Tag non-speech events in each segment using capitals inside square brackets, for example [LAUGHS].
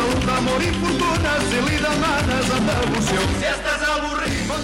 y fortunas y lidas manas Andalucía. Si estás aburrido,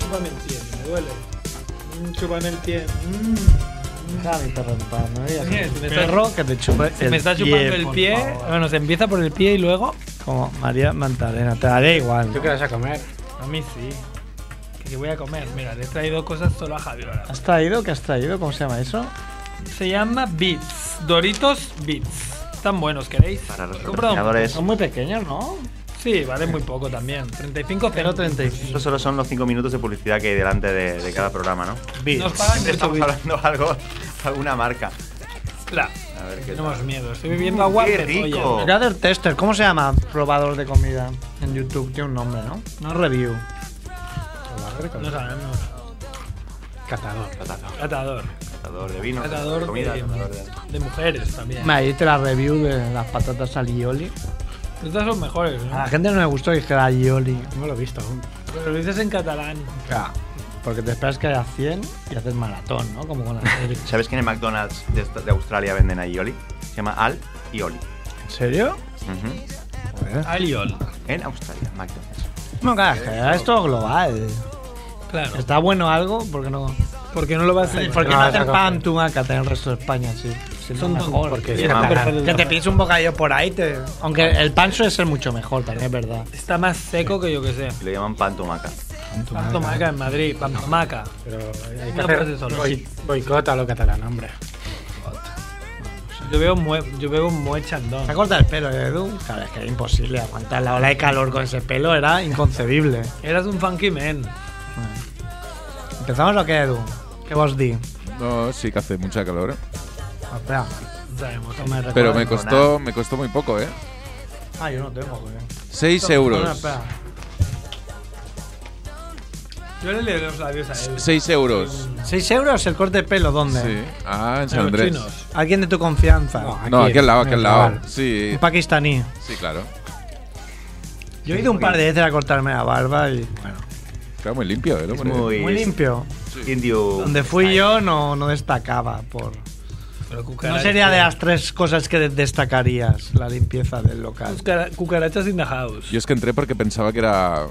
Chúpame el pie, me duele. Mm, chúpame el pie. Mm. Javi te rompa, no digas Sí, que un me está- perro que te chupe el me está pie, chupando el por pie. favor. Bueno, se empieza por el pie y luego. Como María Magdalena, te daré igual. ¿Tú ¿no? qué vas a comer? A mí sí. Que te voy a comer. Mira, le he traído cosas solo a Javier ahora. ¿Has traído? ¿Qué has traído? ¿Cómo se llama eso? Se llama Beats. Doritos Beats. Están buenos, ¿queréis? Para los He comprado un- patrocinadores. Son muy pequeños, ¿no? Sí, vale muy poco también. 35 Pero cero 35. Estos solo son los 5 minutos de publicidad que hay delante de, de cada programa, ¿no? Nos [LAUGHS] pagan 8 Siempre estamos bits. hablando algo, alguna marca. La- A ver qué Tenemos tal. miedo. Estoy bebiendo agua. ¡Qué pero, oye, rico! Mirad el tester, ¿cómo se llama? Probador de comida en YouTube, tiene un nombre, ¿no? No review. No sabemos. Catador. Catador, Catador. catador de vino, Catador de comida, de, catador de... de mujeres también. Me hice la review de las patatas alioli. Estas son mejores, ¿no? A Ah. la gente no le gustó y dije alioli. No lo he visto aún. Pero lo dices en catalán. Claro. Porque te esperas que haya 100 y haces maratón, ¿no? Como con la [LAUGHS] serie. ¿Sabes que en el McDonald's de, esta- de Australia venden a Ioli? Se llama Al Ioli. ¿En serio? Ujú. Aliol. En Australia, McDonald's. No, claro, es que es todo global. Claro. ¿Está bueno algo? ¿Por qué no? Porque no lo vas a ¿Por qué no no, hacen esa pan tu en el resto de España? Sí, Sí, Son lo mejor. Porque Sí, es mamá. catalán. Que te pides un bocadillo por ahí. Te... Aunque el pan suele ser mucho mejor, también es verdad. Está más seco que yo que sé. Y lo llaman pan tumaca. Pantomaca en Madrid, Pantomaca. Pero hay que No, pero sí hacer solo. boi- boicot a lo catalán, hombre. Yo veo muy, yo veo muy chandón. Se ha cortado el pelo, ¿eh, Edu. Claro, es que era imposible aguantar la ola de calor con ese pelo, era inconcebible. Eras un funky man. ¿Empezamos o qué, Edu? ¿Qué vos di? No, sí que hace mucha calor. ¿eh? Espera. No sabemos. Pero me costó, me costó muy poco, ¿eh? Ah, yo no tengo, güey. 6 Bueno, euros. espera. Yo le leo los labios a él. 6 euros. ¿Seis euros el corte de pelo? ¿Dónde? Sí. Ah, en A San los Andrés. chinos. ¿Alguien de tu confianza? No, aquí al lado, en aquí al el lado. Raval. Sí, Un pakistaní. sí, claro. Yo he ido un par de veces a cortarme la barba y, bueno, Claro, muy limpio, ¿eh? Lo Es pone- muy, muy limpio. indio. Donde fui yo no, no destacaba por... Pero cucarachas. No sería de las tres cosas que de- destacarías la limpieza del local. Cucara- Cucarachas in the house. Yo es que entré porque pensaba que era,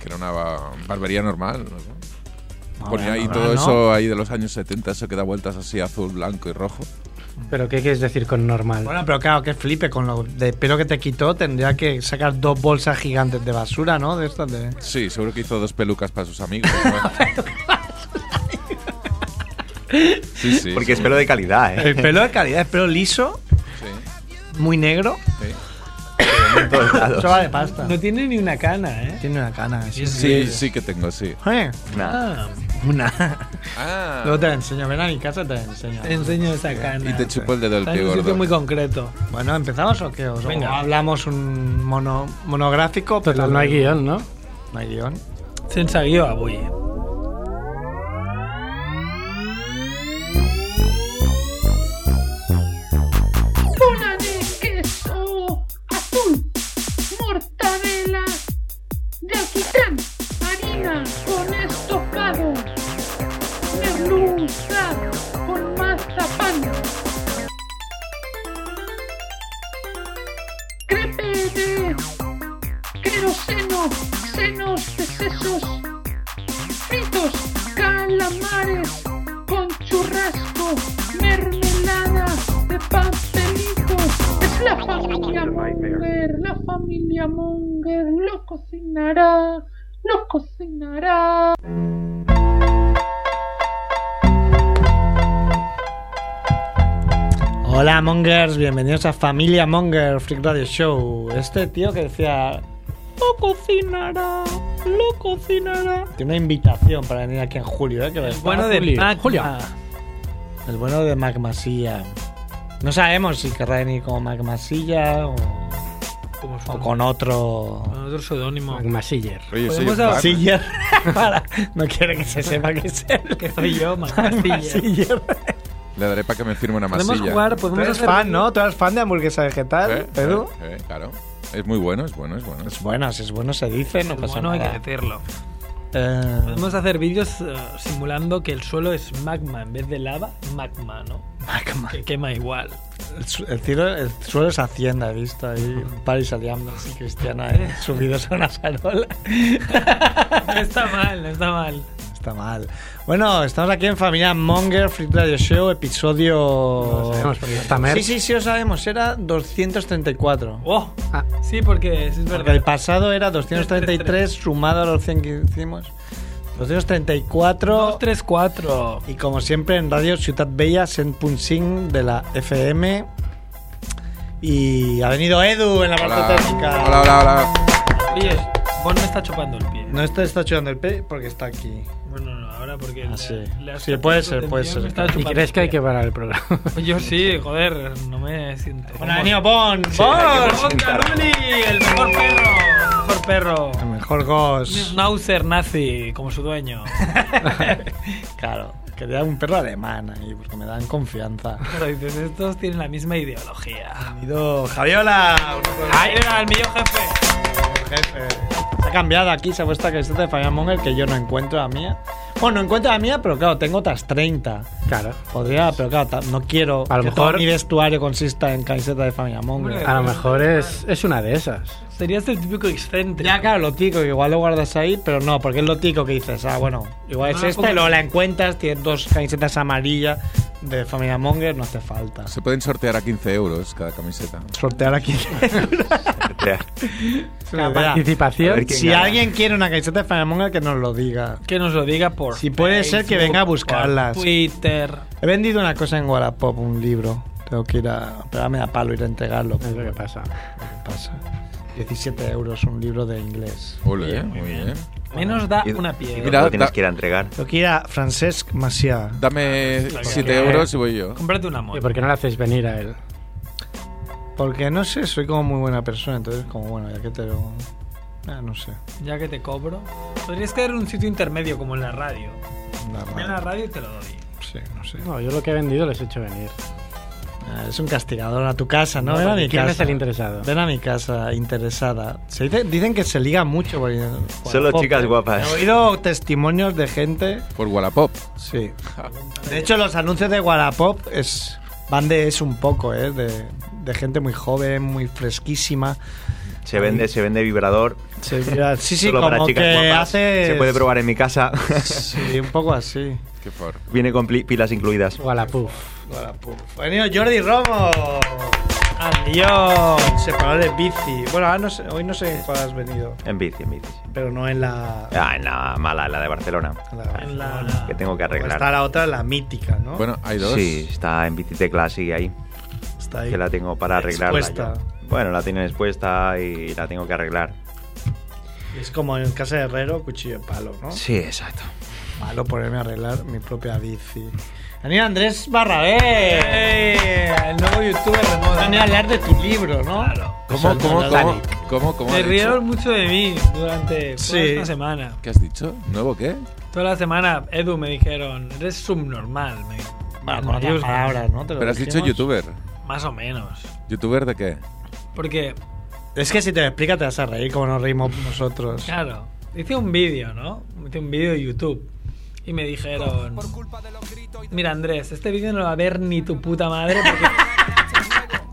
que era una ba- barbería normal. ¿no? Ponía ahí todo normal, ¿no? eso ahí de los años 70, eso que da vueltas así azul, blanco y rojo. Pero ¿qué quieres decir con normal? Bueno, pero claro, que flipe con lo de pelo que te quitó. Tendría que sacar dos bolsas gigantes de basura, ¿no? De estas [LAUGHS] de... Sí, seguro que hizo dos pelucas para sus amigos. ¿no? sí, sí. Porque es seguro. pelo [LAUGHS] de calidad, ¿eh? El [LAUGHS] pelo de calidad, el pelo liso, Sí, muy negro. sí. En todos lados. Eso vale pasta. No tiene ni una cana, ¿eh? Tiene una cana. Sí. Sí, sí que tengo, sí. Eh, Nah. Ah, Una. Ah, Luego te la enseño. Ven a mi casa, te la enseño. te enseño esa cana. y te chupó el dedo el Está en pie un sitio gordo. muy concreto. Bueno, ¿empezamos o qué? ¿Os- Venga. o hablamos un mono, monográfico. Total, pero- no hay guión, ¿no? No hay guión. Sense guió avui. Bola de queso azul, mortadela de alquitrán, harina con estofado, merluza con mazapán, crepe de queroseno, senos de sesos, fritos, calamares con churrasco, mermelada de pastelito. Es la familia Munger, la familia Munger lo cocinará, lo cocinará. Hola Mongers, bienvenidos a Familia Monger Freak Radio Show. Este tío que decía lo cocinará, lo cocinará. Tiene una invitación para venir aquí en julio, ¿eh? Que lo- Bueno de Julio. Mac. Julio. El bueno de Mac Masilla. No sabemos si querrá venir como Mac Masilla o, Como su- o con otro. con otro seudónimo. Masiller. Oye, soy Podemos Batman. hablar- Siller. Para- no quiere que se sepa que es él. Que soy yo, Mac Castilla. Masiller. Le daré para que me firme una Podemos masilla. jugar, Tú podemos eres hacer. fan, ¿no? Tú eres fan de hamburguesa vegetal, Eh, Edu. eh, eh, claro. Es muy bueno, es bueno, es bueno. Es bueno, si es bueno se dice, no pasa Bueno, hay que nada. decirlo. Eh, Podemos hacer vídeos eh, simulando que el suelo es magma en vez de lava, magma, ¿no? Mac Ma- Que quema igual. [LAUGHS] El, su- el cielo- el suelo es Hacienda, he visto ahí. Paris Aliambres y Cristiana [LAUGHS] eh, subidos a una sarola. No [LAUGHS] está mal, no está mal. Está mal. Bueno, estamos aquí en Familia Monger, Free Radio Show, episodio. Sabemos, porque está Mer. Sí, sí, sí, lo sabemos. Era 234. ¡Oh! Ah. Sí, porque sí es Porque el verdad. pasado [LAUGHS] era 233 sumado a los 100 que hicimos. 234. 234. Y como siempre en Radio Ciudad Bella, 100.5 de la FM. Y ha venido Edu en la parte Hola. técnica. hola, hola, hola. Oye, Bon me está chupando el pie. No está, está chupando el pie porque está aquí. Bueno, no, ahora porque. Ah, sí. has Sí, captado puede su ser, puede atención, ser. me está ¿Y ¿Y chupando crees que hay el pie. que parar el programa? Yo sí, joder, no me siento. Bueno, cómodo. ha venido Bon. ¡Bon! Bon. ¡Bon Caruli! ¡El mejor perro! el mejor perro! El [LAUGHS] mejor [LAUGHS] Ghost. Schnauzer nazi, como su dueño. [LAUGHS] Claro. Quería un perro alemán ahí porque me dan confianza. Pero dices, estos tienen la misma ideología. Ha venido Javiola. ¡Ahí era el mío jefe! Jefe. Se ha cambiado aquí, se ha puesto la camiseta de Fabián Monger que yo no encuentro la mía. Bueno, no encuentro la mía, pero claro, tengo otras 30. Claro. Podría, pero claro, ta- no quiero A lo que mejor- todo mi vestuario consista en camiseta de familia Monger. Hombre. A lo mejor es, es una de esas. Serías el típico excéntrico. Ya, claro, lo tico, que igual lo guardas ahí, pero no, porque es lo tico que dices, ah, bueno, igual es Ah, esta como- y luego la encuentras, tienes dos camisetas amarillas de familia Monger, no hace falta. Se pueden sortear a 15 euros cada camiseta. Sortear aquí. La Espera. A participación. ver, ¿quién si gana? alguien quiere una camiseta de familia Monger, que nos lo diga. Que nos lo diga por. Si puede ser que venga a por buscarlas. Twitter. He vendido una cosa en Wallapop, un libro. Tengo que ir a. Pero ahora me da palo ir a entregarlo. Es lo que pasa. ¿Qué pasa? 17 euros un libro de inglés. Ole, eh, muy bien. Menos da Y- una Y piedra. Mira, lo tienes da- que ir a entregar. Tengo que ir a Francesc Macià. Dame Hostia, 7 qué- euros y voy yo. Cómprate una moto. ¿Y por qué no le hacéis venir a él? Porque no sé, soy como muy buena persona, entonces como bueno, ya que te lo... Ah, no sé. Ya que te cobro. Podrías caer en un sitio intermedio como en la radio. la Ve a madre. la radio y te lo doy. Sí, no sé. No, yo lo que he vendido les he hecho venir. Ah, es un castigador a tu casa, ¿no? Ven a mi ¿Quién casa. es el interesado? Ven a mi casa, interesada. Se dice- dicen que se liga mucho. porque- Solo Guapop, chicas ¿eh? guapas. He oído testimonios de gente. Por Wallapop. Sí. De hecho, los anuncios de Wallapop es, van de es un poco, ¿eh? De, de gente muy joven, muy fresquísima. Se vende, se vende vibrador. Sí, mira, sí, sí, solo como para chicas que guapas. hace... Se puede probar en mi casa. Sí, un poco así. Qué por. [LAUGHS] Viene con pli- pilas incluidas. Wallapuf. Ha venido pues, Jordi Romo. Adiós. Separador de bici. Bueno, ahora no sé- hoy no sé en cuál has venido. En bici, en bici. sí. Pero no en la. Ah, en la mala, en la de Barcelona. en la- En la. Que tengo que Está arreglar. la otra, la mítica, ¿no? Bueno, hay dos. Sí, está en bici tecla, sigue ahí. está ahí. Que la tengo para arreglarla. Expuesta. ya. Bueno, la tienen expuesta y la tengo que arreglar. Es como en casa de Herrero, cuchillo de palo, ¿no? Sí, Oh. exacto. malo ponerme a arreglar mi propia bici. Daniel Andrés Barrabé. El nuevo youtuber de moda. Van a hablar de tu libro, ¿no? Pues ¿Cómo, Soltando cómo, la cómo, Dani. cómo, cómo Se has dicho? rieron mucho de mí durante Sí. toda esta semana. ¿Qué has dicho? ¿Nuevo qué? Toda la semana, Edu, me dijeron, eres subnormal. Me, me Bueno, con otras dijeron, palabras, ¿no? Te lo Pero has dicho dijimos. youtuber. Más o menos. ¿Youtuber de qué? Porque, Es que si te lo explica te vas a reír como nos reímos nosotros. claro, hice un vídeo, ¿no? Hice un vídeo de YouTube. Y me dijeron, mira Andrés, este vídeo no lo va a ver ni tu puta madre porque...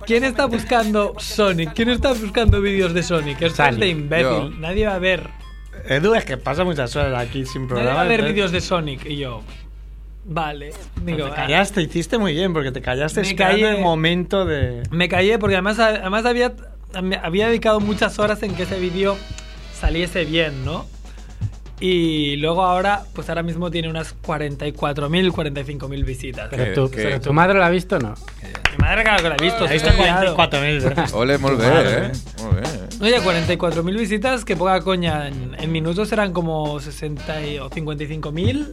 ¿Quién está buscando Sonic? ¿Quién está buscando vídeos de Sonic? Esto es de imbécil. Yo. Nadie va a ver. Edu es que pasa muchas horas aquí sin Nadie va programa. a ver entonces- vídeos de Sonic. Y yo, vale. Digo, te "Ah". callaste, hiciste muy bien porque te callaste Me esperando callé. el momento de. Me callé porque además, además había, había dedicado muchas horas en que ese vídeo saliese bien, ¿no? Y luego ahora, pues ahora mismo tiene unas 44.000, 45.000 visitas. ¿Qué? Pero, tú, pero tu madre la ha visto o no? Mi madre, claro que la ha visto. Ahí se está ha liado. 44.000 veces. Ole, muy bien, madre. ¿eh? Muy bien. ¿eh? Oye, 44.000 visitas, que poca coña. En, en minutos eran como 60 y- o 55.000.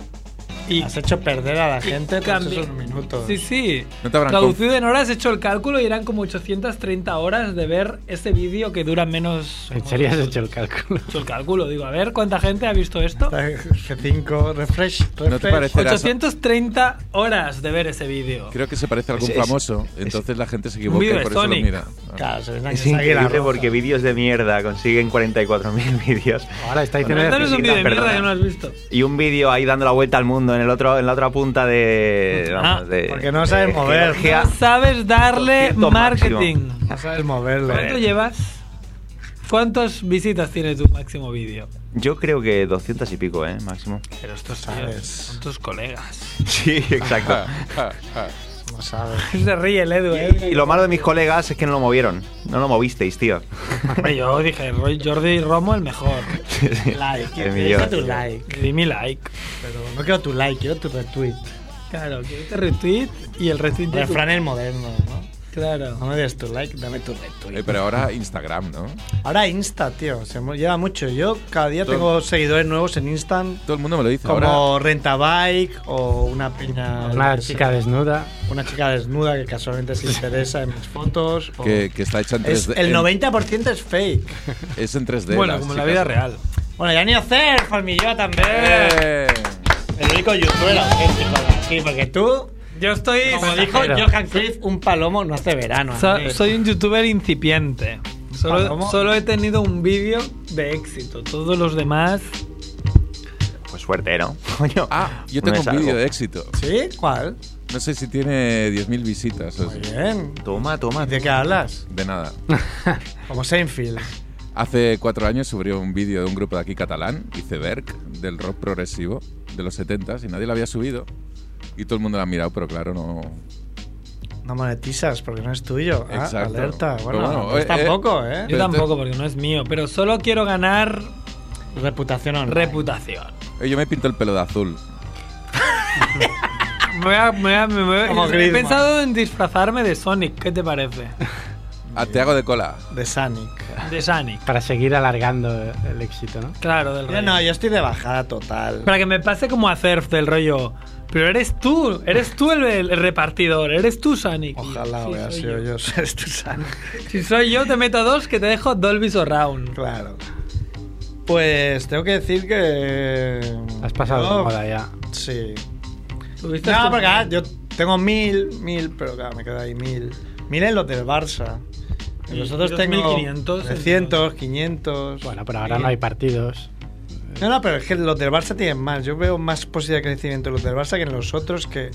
Y Has hecho perder a la gente todos cambi- esos minutos. Sí, sí. No te habrán Traducido en horas, he hecho el cálculo y eran como 830 horas de ver ese vídeo que dura menos. ¿En serio has hecho el cálculo? He hecho el cálculo, digo, a ver cuánta gente ha visto esto. F5, refresh, refresh. ¿No te parecerá? 830 horas de ver ese vídeo. Creo que se parece a algún Es- es- famoso. Entonces la gente se Un equivoca y vídeo de por eso lo Sonic. mira. Eh, Claro, se les da Es que saque la increíble ropa. porque vídeos de mierda consiguen 44.000 [LAUGHS] vídeos. Ahora está diciendo... Bueno, Cuéntanos un vídeo de mierda Perdona. que no has visto. Y un vídeo ahí dando la vuelta al mundo en el otro en la otra punta de. Ah, Vamos, de porque no saben mover. Georgia. No sabes darle 200 marketing. No sabes moverlo. Vale. ¿Cuánto llevas? ¿Cuántas visitas tiene tu máximo vídeo? Yo creo que 200 y pico, ¿eh? Máximo. Pero estos Sabes. tíos son tus colegas. [LAUGHS] [LAUGHS] Sí, exacto. No sabes. Se ríe el Edu, ¿eh? [LAUGHS] y lo malo de mis colegas es que no lo movieron. No lo movisteis, tío. Hombre, yo dije, Roy Jordi Romo el mejor. [LAUGHS] Sí, sí. Like, El deja millón. tu like. Di mi like. Pero no quiero tu like, quiero tu retweet. Claro, que este retweet y el retweet de tu- Refrán el moderno, ¿no? No Claro. me des tu like, dame tu retweet. Eh, pero ahora Instagram, ¿no? Ahora Insta, tío, se mo- lleva mucho. Yo cada día Todo- tengo seguidores nuevos en Insta, Todo el mundo me lo dice ahora. como Rentabike o una piña. Una chica desnuda. Una chica desnuda que casualmente se interesa en mis fotos. o- Que, que está hecha en 3D. Es- el en- 90% es fake. es en 3D. Bueno, las como en la chicas. vida real. Bueno, ya ni hacer, Palmillo también. Eh, El único youtuber auténtico de aquí, porque tú, Yo estoy. como dijo pero- Johan Cliff, un palomo no hace verano. So- Andrés. soy un youtuber incipiente. Solo, ¿Cómo? solo he tenido un vídeo de éxito. Todos los demás. Pues suerte, ¿no? [LAUGHS] Coño. Ah, yo Me tengo un salgo. vídeo de éxito. ¿Sí? ¿Cuál? No sé si tiene 10.000 visitas. o Muy sea, bien. Toma, toma. ¿De qué hablas? de nada. Como Seinfeld. Hace cuatro años subí un vídeo de un grupo de aquí catalán, Iceberg, del rock progresivo de los 70 y nadie lo había subido. Y todo el mundo lo ha mirado, pero claro, no. No monetizas porque no es tuyo. Ah, Exacto. alerta. Pero Bueno, bueno, pues eh, tampoco, eh. ¿eh? Yo Pero tampoco, entonces- porque no es mío. Pero solo quiero ganar Reputación online. reputación. Eh, Yo me pinto el pelo de azul. Me voy a- me voy a- me voy a- Como he Griezmann. pensado en disfrazarme de Sonic. ¿Qué te parece? Ah, te hago de cola. de [LAUGHS] Sonic. De Sonic. Para seguir alargando el éxito, ¿no? Claro, del Yo rey. no, yo estoy de bajada total. Para que me pase como a Cerf del rollo. Pero eres tú, eres tú el, el repartidor, eres tú Sonic. Ojalá Sí, hubiera soy sido yo. yo, [LAUGHS] eres tu Sonic. Si soy yo, te meto dos que te dejo Dolby Surround. Claro. Pues tengo que decir que. Has pasado Yo- de moda ya. Sí. ¿Tuviste No, esto? porque ah, yo tengo mil, mil, pero claro, me queda ahí mil. Miren los del Barça. Y Y Nosotros los tengo 1500, 300, 500. Bueno, pero ahora no hay partidos. No, no, pero es que los del Barça tienen más. Yo veo más posibilidad de crecimiento en los del Barça que en los otros que...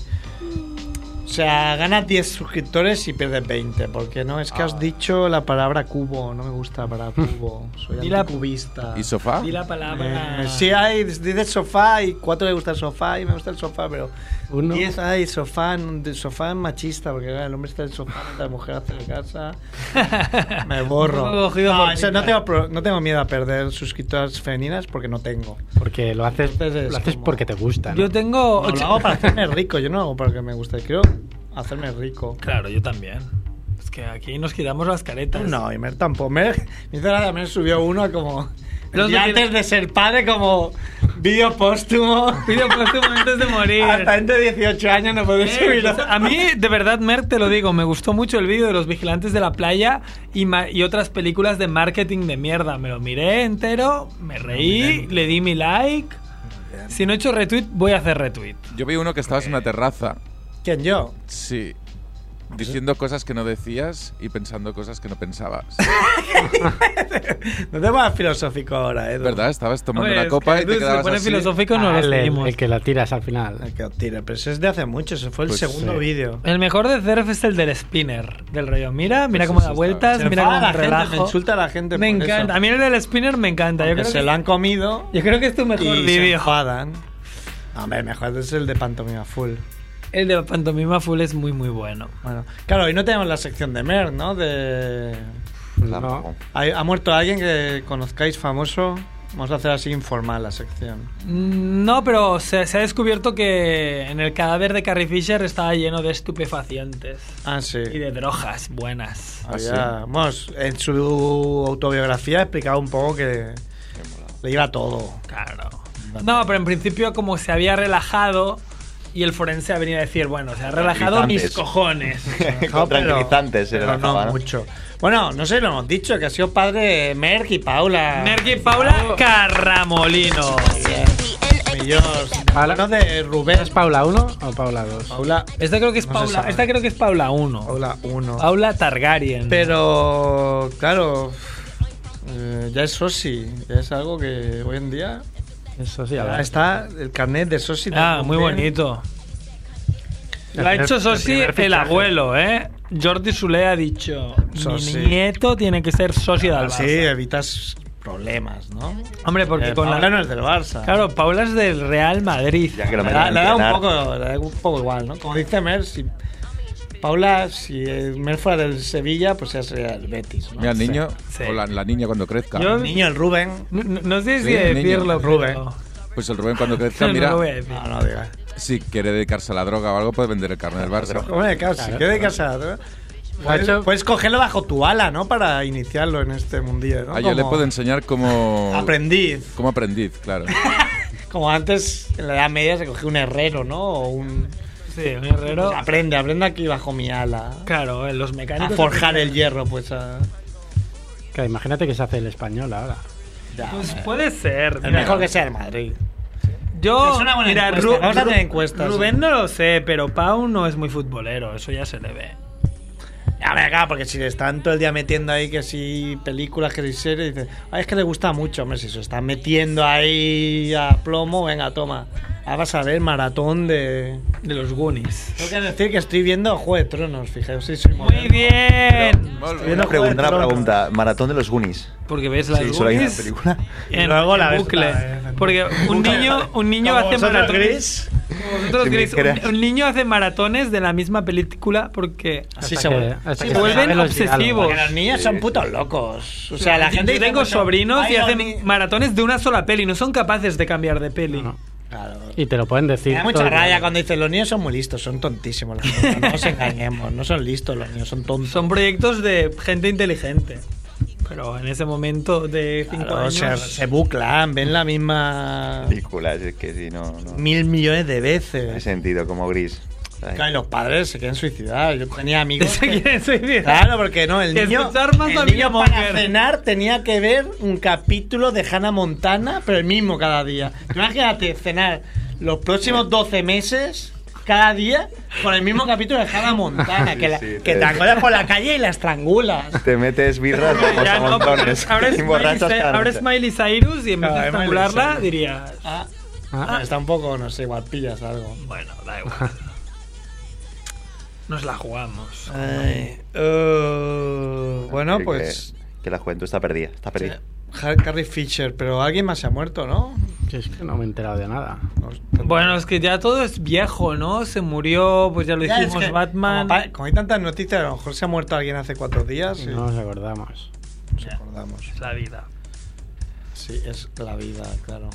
O sea, ganas 10 suscriptores y pierdes 20, porque no, es que has dicho la palabra cubo, no me gusta la palabra cubo, soy Y la- anticubista. ¿Y sofá? Di la palabra. [LAUGHS] Eh, sí, hay, dices sofá y cuatro le gusta el sofá y me gusta el sofá, pero Uno. diez, ay, sofá, n- de- sofá es machista, porque claro, el hombre está en el sofá, la mujer hace la casa. Me borro. Un poco cogido No, por eso, no, pintar. tengo, pro- no tengo miedo a perder suscriptores femeninas porque no tengo. Porque lo haces, Entonces es lo haces como- porque te gusta. ¿no? Yo tengo. No, lo ocho- hago para hacerme rico, yo no lo hago para que me guste, quiero hacerme rico. [LAUGHS] Claro, yo también. Es que aquí nos quitamos las caretas. No, y Mer [LAUGHS] tampoco. Mer, me hizo gracia, Mer subió uno como... Los ya de- antes de ser padre, como Vídeo póstumo. [LAUGHS] Vídeo póstumo antes de morir. Hasta entre 18 años no podéis Eh, [LAUGHS] subirlo. pues, a mí, de verdad, Merck, te lo digo, me gustó mucho el vídeo de los vigilantes de la playa y, ma- y otras películas de marketing de mierda. Me lo miré entero, me reí, le di mi like. Si no he hecho retweet, voy a hacer retweet. Yo vi uno que estabas en una terraza, ¿Quién yo? sí, diciendo cosas que no decías y pensando cosas que no [LAUGHS] pensabas. No te vas filosófico ahora, ¿eh? Es verdad, estabas tomando Hombre, una es copa que y tú te se quedabas pone así. filosófico, no Ah, lo el, seguimos. el que lo tiras al final. El que os tira, pero ese es de hace mucho, ese fue el Pues segundo sí. vídeo. El mejor de Cerf es el del spinner, del rollo. Mira, mira Pues cómo eso da está vueltas, Se mira enfada cómo la gente, relajo. se insulta a la gente Me por encanta. eso. A mí el del spinner me encanta. Yo Que creo se que, lo han comido yo creo que es tu mejor y se vídeo. enfadan. Hombre, mejor es el de pantomima full. El de Pantomima Full es muy, muy bueno. Bueno, claro, hoy no tenemos la sección de Mer, ¿no? De... No. ¿Ha, ha muerto alguien que conozcáis famoso? Vamos a hacer así informal la sección. Mm, No, pero se, se ha descubierto que en el cadáver de Carrie Fisher estaba lleno de estupefacientes Ah, sí. y de drogas buenas. Había- Ah, bueno, en su autobiografía explicaba un poco que le iba todo. Claro. No, pero en principio como se había relajado y el forense ha venido a decir, bueno, se ha relajado mis [LAUGHS] Tranquilizantes. cojones. [LAUGHS] pero- Con tranquilizantes se pero relajaba, no ¿no? mucho. Bueno, no sé, lo hemos dicho, que ha sido padre Merck y Paula. Merck y Paula Carramolino. Millors. Paula- No, de Rubén. ¿Es Paula 1 o Paula 2? Paula, Esta creo que es No se Paula, sabe. esta creo que es Paula 1. Paula 1. Paula Targaryen. Pero, claro, eh, ya es soci. Ya es algo que hoy en día Eso sí, a ahora ver. está el carnet de Ah, soci. Este también. muy bonito. El Lo ha primer- hecho el Sosi primer el, fichaje. abuelo, ¿eh? Jordi Sule ha dicho, Sosi. mi nieto tiene que ser socio del Así Barça". evitas problemas, ¿no? Hombre, porque Eh, con Paula la... no es del Barça. Claro, Paula es del Real Madrid. Ya que lo Le metan da, a le da un entrenar. poco, le da un poco igual, ¿no? Como dice Mer, si Paula, si eh, Mer fuera del Sevilla, pues ya sería el Betis. ¿no? Mira, el Sí. niño Sí. o la, la niña cuando crezca. Yo- El niño, el Rubén. No, no- no sé si Sí, niño. decirlo, Rubén. pero- Pues el Rubén [LAUGHS] cuando crezca, No mira, lo voy a decir. No, no digas. si quiere dedicarse a la droga o algo, puede vender el carnet del Barça. Hombre, claro, si Claro. queda de casa. ¿no? Pues Ha hecho- Puedes, puedes cogerlo bajo tu ala, ¿no? Para iniciarlo en este mundillo, ¿no? Ah, yo le Como puedo enseñar cómo, Aprendiz. cómo aprendiz, [LAUGHS] claro. Como antes, en la Edad Media se cogía un herrero, ¿no? O un. Sí, un herrero... Pues aprende, aprende aquí bajo mi ala. Claro, eh, los A mecánicos... forjar el hierro, pues. A... Que imagínate que se hace el español ahora. Ya, Pues puede ser. el mira. mejor que sea el Madrid. Yo, Es una buena mira, encuesta, Ru- vamos a Ru- hacer encuestas. Rubén no lo sé, pero Pau no es muy futbolero, eso ya se le ve. A ver, claro, porque si le están todo el día metiendo ahí que si películas, que si series, dices, "Ay, es que le gusta mucho, hombre, si se están metiendo ahí a plomo, venga, toma. Ahora vas a ver maratón de... De los Goonies. Tengo que decir que estoy viendo Juego de Tronos, fijaos, sí, soy Muy moderno. bien. Muy bien. Hay Una Juego de pregunta, una Tronos. pregunta. Maratón de los Goonies. Porque ves las sí, solo hay una Goonies película. [LAUGHS] Y luego la ves bucle. otra vez, en- Porque un niño, un niño Como hace vosotros, maratones. Gris. como vosotros, Si me Gris, dijeras. un, un niño hace maratones de la misma película porque Así Hasta se que- vuelve. hasta Sí, que se vuelven acaben los obsesivos. Porque los niños son putos locos. O sea, la gente... yo dice tengo mucho, sobrinos "Ay, y los hacen ni-". maratones de una sola peli, no son capaces de cambiar de peli. diálogos. Claro. Y te lo pueden decir. Me da mucha todo el raya día. cuando dicen los niños son muy listos, son tontísimos. los niños". No nos engañemos, no son listos los niños, son tontos. Son proyectos de gente inteligente. Pero en ese momento [LAUGHS] de cinco Claro, años. se, se buclan, ven la misma Películas, es que sí, no, no. mil millones de Hay veces. sentido, como gris. Ay. Claro, y los padres se quieren suicidar. Yo tenía amigos. ¿Se que- quieren suicidar? Claro, porque no, el Que niño, escuchar más a el niño William para Bonner. cenar tenía que ver un capítulo de Hannah Montana, pero el mismo cada día. Tú Imagínate cenar los próximos 12 meses cada día con el mismo capítulo de Hannah Montana, que, la- Sí, sí, que te sí. acuerdas por la calle y la estrangulas. Te metes birras vamos, Ya a no, montones. ahora, es [LAUGHS] y Miley, borrachas cada Cy- ahora noche. es [LAUGHS] Miley Cyrus y en vez de Claro, es Miley estrangularla Cyrus. dirías. Ah, Ah, ah, está un poco, no sé, igual pillas algo. Bueno, da [LAUGHS] igual. Nos la jugamos. Ay, eh, bueno, Que- pues. Que, la juventud está perdida, está perdida. Har- Carrie Fisher, pero alguien más se ha muerto, ¿no? que es que no me he enterado de nada. No- Bueno, es que ya todo es viejo, ¿no? Se murió, pues ya lo Ya, es hicimos que Batman. Como, pa- como hay tantas noticias, a lo mejor se ha muerto alguien hace cuatro días y Y No nos acordamos. nos acordamos. Es La vida. Sí, es la vida, claro.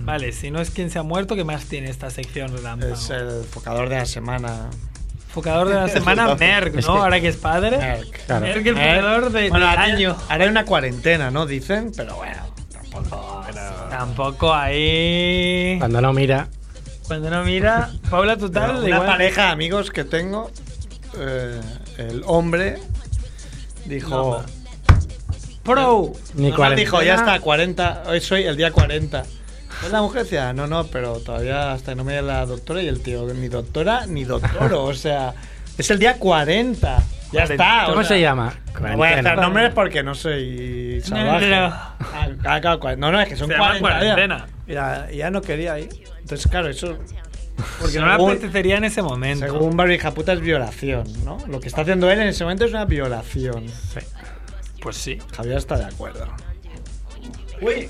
Vale, si no es quien se ha muerto, ¿qué más tiene esta sección relámpago? Es el focador de la semana. Focador de [LAUGHS] la semana, Merck, ¿no? Es que- Ahora que es padre. Merck. Claro. Merck, el Merck. focador de, Bueno, del ahora- año. Ahora hay una cuarentena, ¿no? Dicen, pero bueno, tampoco. pero- Tampoco ahí. Cuando no mira, Cuando no mira. Paula Total, una igual. pareja de amigos que tengo, eh, el hombre dijo. Pro. ni Nada más cuarentena. dijo, ya está, 40, hoy soy el día 40. ¿Es la mujer? Decía, no, no, pero todavía hasta que no me dé la doctora y el tío, ni doctora ni doctoro, o sea, es el día 40. Ya está. o ¿Cómo sea, se No llama? Ah, voy a Cuarentena. hacer nombres porque no soy salvaje. No, no. Ah, claro, claro, cua- no, no, es que son Se llama 40. cuarentena. Ya, ya no quería ir. Entonces, claro, eso. Porque no me según- apetecería en ese momento. Según Barbie Japuta es violación, ¿no? Lo que está haciendo él en ese momento es una violación. Pues sí. Javier está de acuerdo.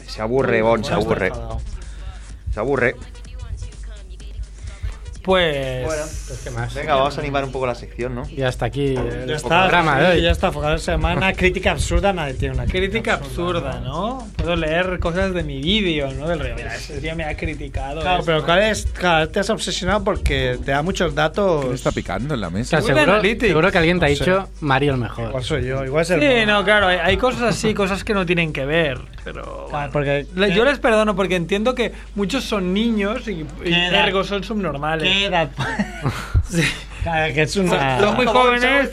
Se aburre, Bon, se Ahora está aburre. enfadado. Se aburre. Pues. Pues, ¿qué más? Venga, vamos a animar un poco la sección, ¿no? Y hasta aquí el Ya está, programa de sí, hoy. ya está, Focal de Semana. [LAUGHS] Crítica absurda, nadie tiene una Crítica absurda, ¿no? Puedo leer cosas de mi vídeo, ¿no? Del revés. Ese tío me ha criticado. Claro, esto. pero ¿cuál es? Claro, te has obsesionado porque te da muchos ¿Quién datos. está picando en la O mesa? sea, Google seguro, Analytics. seguro que alguien te ha No dicho Mario el mejor. Igual soy yo, igual es el. Sí, no, claro, hay, hay cosas así, cosas que no tienen que ver, pero... Claro, porque- Le- Yo les perdono porque entiendo que muchos son niños y, y ¿Qué edad? ergo son subnormales. ¿Qué edad? [LAUGHS] Sí. Claro, que es una. Los muy jóvenes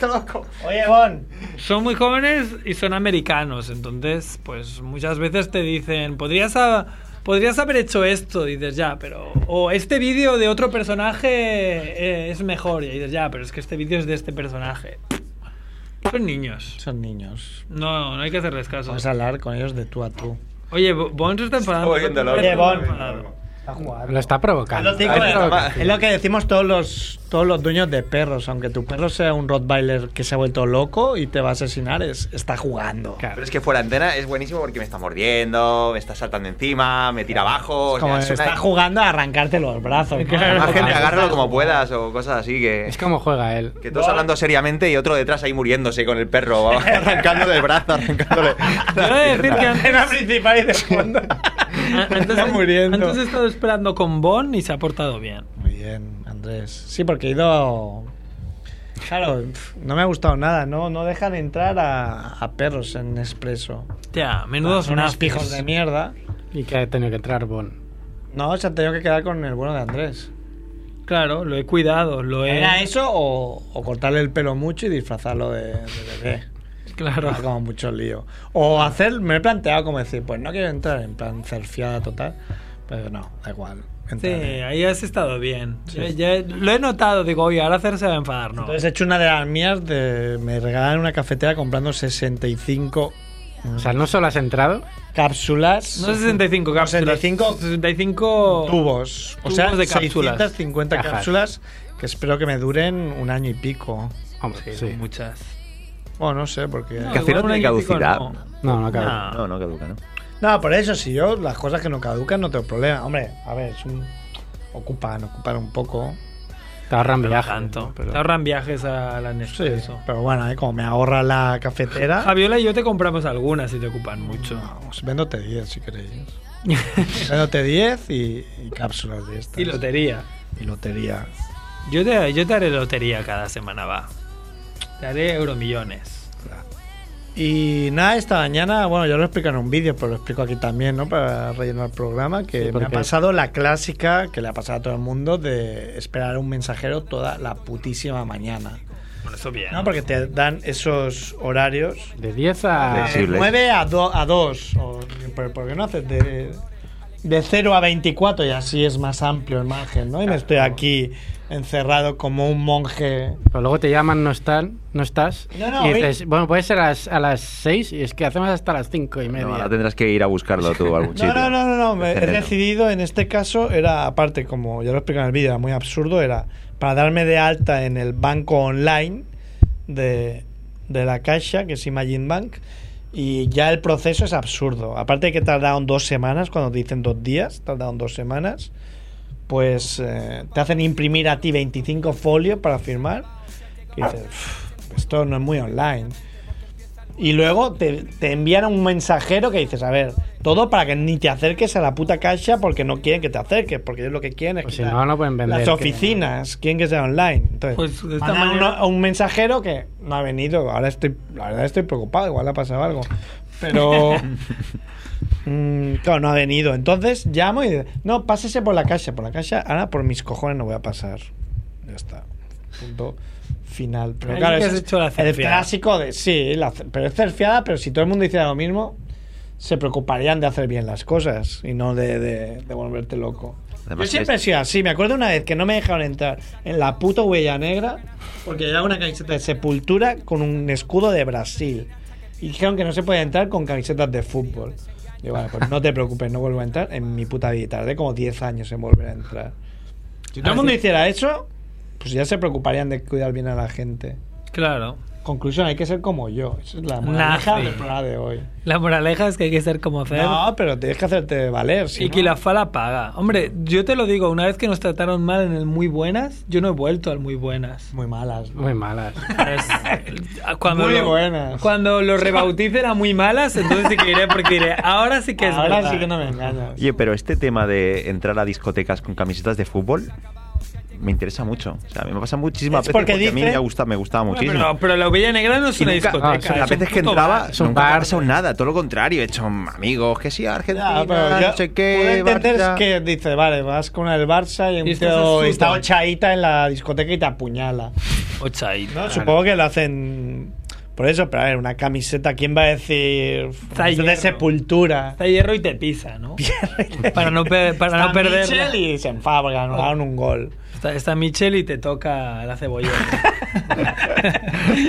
Oye, Bon. son muy jóvenes y son americanos, entonces pues muchas veces te dicen, podrías, ha- podrías haber hecho esto, dices ya, pero... O este vídeo de otro personaje eh, es mejor, y dices ya, pero es que este vídeo es de este personaje. Son niños. Son niños. No, no hay que hacerles caso. Vamos a hablar con ellos de tú a tú. Oye, Bo- Bones está enfadado. Estoy oyéndolo. Está Oye, Bones. enfadado. A jugar. Lo está provocando. Lo digo, Ahí eh, está, va. es lo que decimos todos los, todos los dueños de perros. Aunque tu perro sea un Rottweiler que se ha vuelto loco y te va a asesinar, es, está jugando. Claro. Pero es que fuera antena es buenísimo porque me está mordiendo, me está saltando encima, me tira abajo. o Es sea, como es se una- está jugando a arrancarte los brazos. ¿no? [LAUGHS] Más gente, Claro. agárralo como puedas o cosas así que. Es como juega él. Que todos hablando seriamente y otro detrás ahí muriéndose con el perro, [LAUGHS] arrancando del brazo, arrancándole. Yo he de decir que antes, [LAUGHS] Escena principal y de fondo. Ah, antes- Está muriendo. antes he estado esperando con Bon y se ha portado bien. Muy bien, Andrés. Sí, porque he ido. Claro, pf, no me ha gustado nada. No, no dejan entrar a, a perros en expreso. Ya, menudos Son unos nazis. pijos de mierda. Y que ha tenido que entrar Bon. No, se han tenido que quedar con el bueno de Andrés. Claro, lo he cuidado, lo he... Era eso o, o cortarle el pelo mucho y disfrazarlo de, de bebé. [LAUGHS] Claro. Era como mucho lío. O hacer, me he planteado como decir, pues no quiero entrar en plan cerfiada total. Pero no, da igual. [LAUGHS] Sí, entraré. ahí has estado bien. Ya- ya lo he notado, digo, oye, ahora hacerse va a enfadar, ¿no? Entonces he hecho una de las mías de me regalaron una cafetera comprando 65 O sea, no solo has entrado, cápsulas. no 65 cápsulas. 65 65 tubos. O sea, Tubos de cápsulas. 650 Cajas. cápsulas que espero que me duren un año y pico. hombre, Son sí. Muchas. Bueno, no sé, porque... No, Que hacer igual otra un año y pico caducidad. no. No, no cabe. Nah. No, no caduca, ¿no? No, por eso, si yo, las cosas que no caducan no tengo problema. Hombre, a ver, es un... Ocupan, ocupan un poco. Te ahorran Pero viaje. tanto. ¿no? Pero- Te ahorran viajes a la Sí, Nespresso. pero bueno, ¿eh? como me ahorra la [LAUGHS] cafetera... Javiola y yo te compramos algunas si te ocupan mucho. Vamos, véndote 10 si queréis. [LAUGHS] véndote 10 y, y cápsulas de estas. y lotería. Y lotería. Yo te, yo te haré lotería cada semana, va. Te haré euromillones. Y nada, esta mañana, bueno, ya lo explico en un vídeo, pero lo explico aquí también, ¿no? Para rellenar el programa, que Sí, me porque- ha pasado la clásica que le ha pasado a todo el mundo de esperar a un mensajero toda la putísima mañana. Bueno, eso bien. No, porque te dan esos horarios. De 10 a. Sí. De Flexibles. 9 a, do- a 2. O, ¿por, por qué no haces de, de 0 a 24? Y así es más amplio el margen, ¿no? Y no estoy aquí encerrado como un monje. Pero luego te llaman, no están, no estás. No, no, y dices, bueno, puede ser a las, a las 6 y es que hacemos hasta las 5 y media. No, ahora tendrás que ir a buscarlo tú a algún No, sitio. no, no, no, no, me- he Enero. decidido en este caso, era aparte, como ya lo explico en el vídeo, era muy absurdo, era para darme de alta en el banco online de, de la Caixa, que es Imagine Bank, y ya el proceso es absurdo. Aparte de que tardaron dos semanas, cuando te dicen dos días, tardaron dos semanas, pues eh, te hacen imprimir a ti 25 folios para firmar, que dices, "Uf, esto no es muy online. Y luego te, te envían a un mensajero que dices, a ver, todo para que ni te acerques a la puta caixa porque no quieren que te acerques, porque ellos lo que quieren es Pues que si la- no, no pueden vender, las que- oficinas, quieren que sea online. Entonces, Pues, de esta mandan a manera- uno- a un mensajero que no [LAUGHS] ha venido, ahora estoy, la verdad estoy preocupado, igual ha pasado algo. Pero Mm, claro, no ha venido. Entonces llamo y dice, no, pásese por la calle, por la calle. Ahora por mis cojones no voy a pasar. Ya está. Punto final. Pero Ahí claro, que has ese es hecho la el cerfiada. clásico de sí, la cer- pero es cerfiada, pero si todo el mundo hiciera lo mismo, se preocuparían de hacer bien las cosas y no de, de- de volverte loco. Además, Yo siempre he es- sido así. Me acuerdo una vez que no me dejaron entrar en la puta huella negra porque llevaba una camiseta de sepultura con un escudo de Brasil. Y dijeron que no se podía entrar con camisetas de fútbol. Digo, vale, pues no te preocupes, no vuelvo a entrar en mi puta vida. Tardé como 10 años en volver a entrar. Si todo el mundo hiciera eso, pues ya se preocuparían de cuidar bien a la gente. Claro. Conclusión, hay que ser como yo. Esa es la Nazi. moraleja del programa de hoy. La moraleja es que hay que ser como Fer. No, pero tienes que hacerte valer. si y no- que la fala paga. Hombre, yo te lo digo, una vez que nos trataron mal en el Muy Buenas, yo no he vuelto al Muy Buenas. Muy malas. ¿no? Muy malas. Es- [LAUGHS] cuando Muy lo, buenas. Cuando lo rebauticen a muy malas, entonces sí que iré porque iré. Ahora sí que es Ahora verdad. sí que no me engañas. Oye, pero este tema de entrar a discotecas con camisetas de fútbol me interesa mucho. O sea, a mí me pasa muchísimas Es veces porque porque, a mí dice- me, gusta, me gustaba Bueno, muchísimo. pero, pero la Ovella Negra no es Y una nunca- ah, discoteca. o sea, es las un veces que puto entraba, bar. es un nunca bar. me pasó nada, todo lo contrario, he hecho amigos, que sí, Argentina, Ya, pero yo no sé qué. puedo entender Barça. que dice, vale, vas con el Barça y un Y estás tío en y está Suta. ochaíta en la discoteca y te apuñala. Ocha ahí. ¿no? Supongo que lo hacen por eso, pero a ver, una camiseta, ¿quién va a decir "Es de hierro". sepultura? Está hierro y te pisa, ¿no? [LAUGHS] para no, pe- para no Está perder. Mitchell y se enfada porque anularon un gol. Está, está Michelle y te toca la [LAUGHS] cebolleta.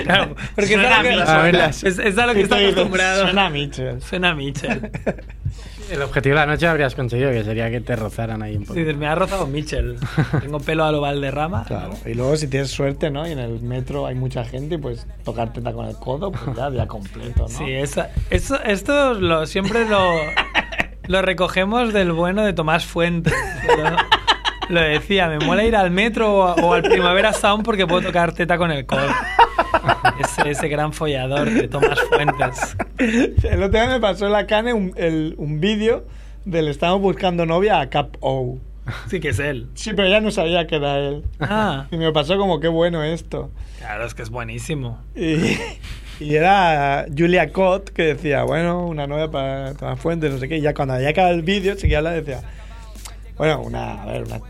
claro, porque es Suena a lo que- a Mitchell. es, es a lo que Y está tú dices, acostumbrado. Suena a Mitchell. Suena a Mitchell. El objetivo de la noche habrías conseguido, que sería que te rozaran ahí un poco. Dices, me ha rozado Mitchell. Tengo pelo a lo Valderrama. Claro. Y luego si tienes suerte, ¿no? Y en el metro hay mucha gente, pues tocar teta con el codo, pues ya día completo, ¿no? Sí, esa- eso, esto lo, siempre lo, lo recogemos del bueno de Tomás Fuentes. Lo, lo decía, me mola ir al metro o, o al Primavera Sound porque puedo tocar teta con el codo. Ese, ese gran follador de Tomás Fuentes. [LAUGHS] El otro día me pasó en la cane un, el- un vídeo del estamos buscando novia a Cap O. Sí que es él. Sí, pero ya no sabía que era él. Ah, Y me pasó como qué bueno esto. claro, es que es buenísimo. Y, [LAUGHS] y era Julia Cott que decía, bueno, una novia para Tomás Fuentes, no sé qué. Y ya cuando había acabado el vídeo, seguía hablando y decía, bueno, una, a ver, una,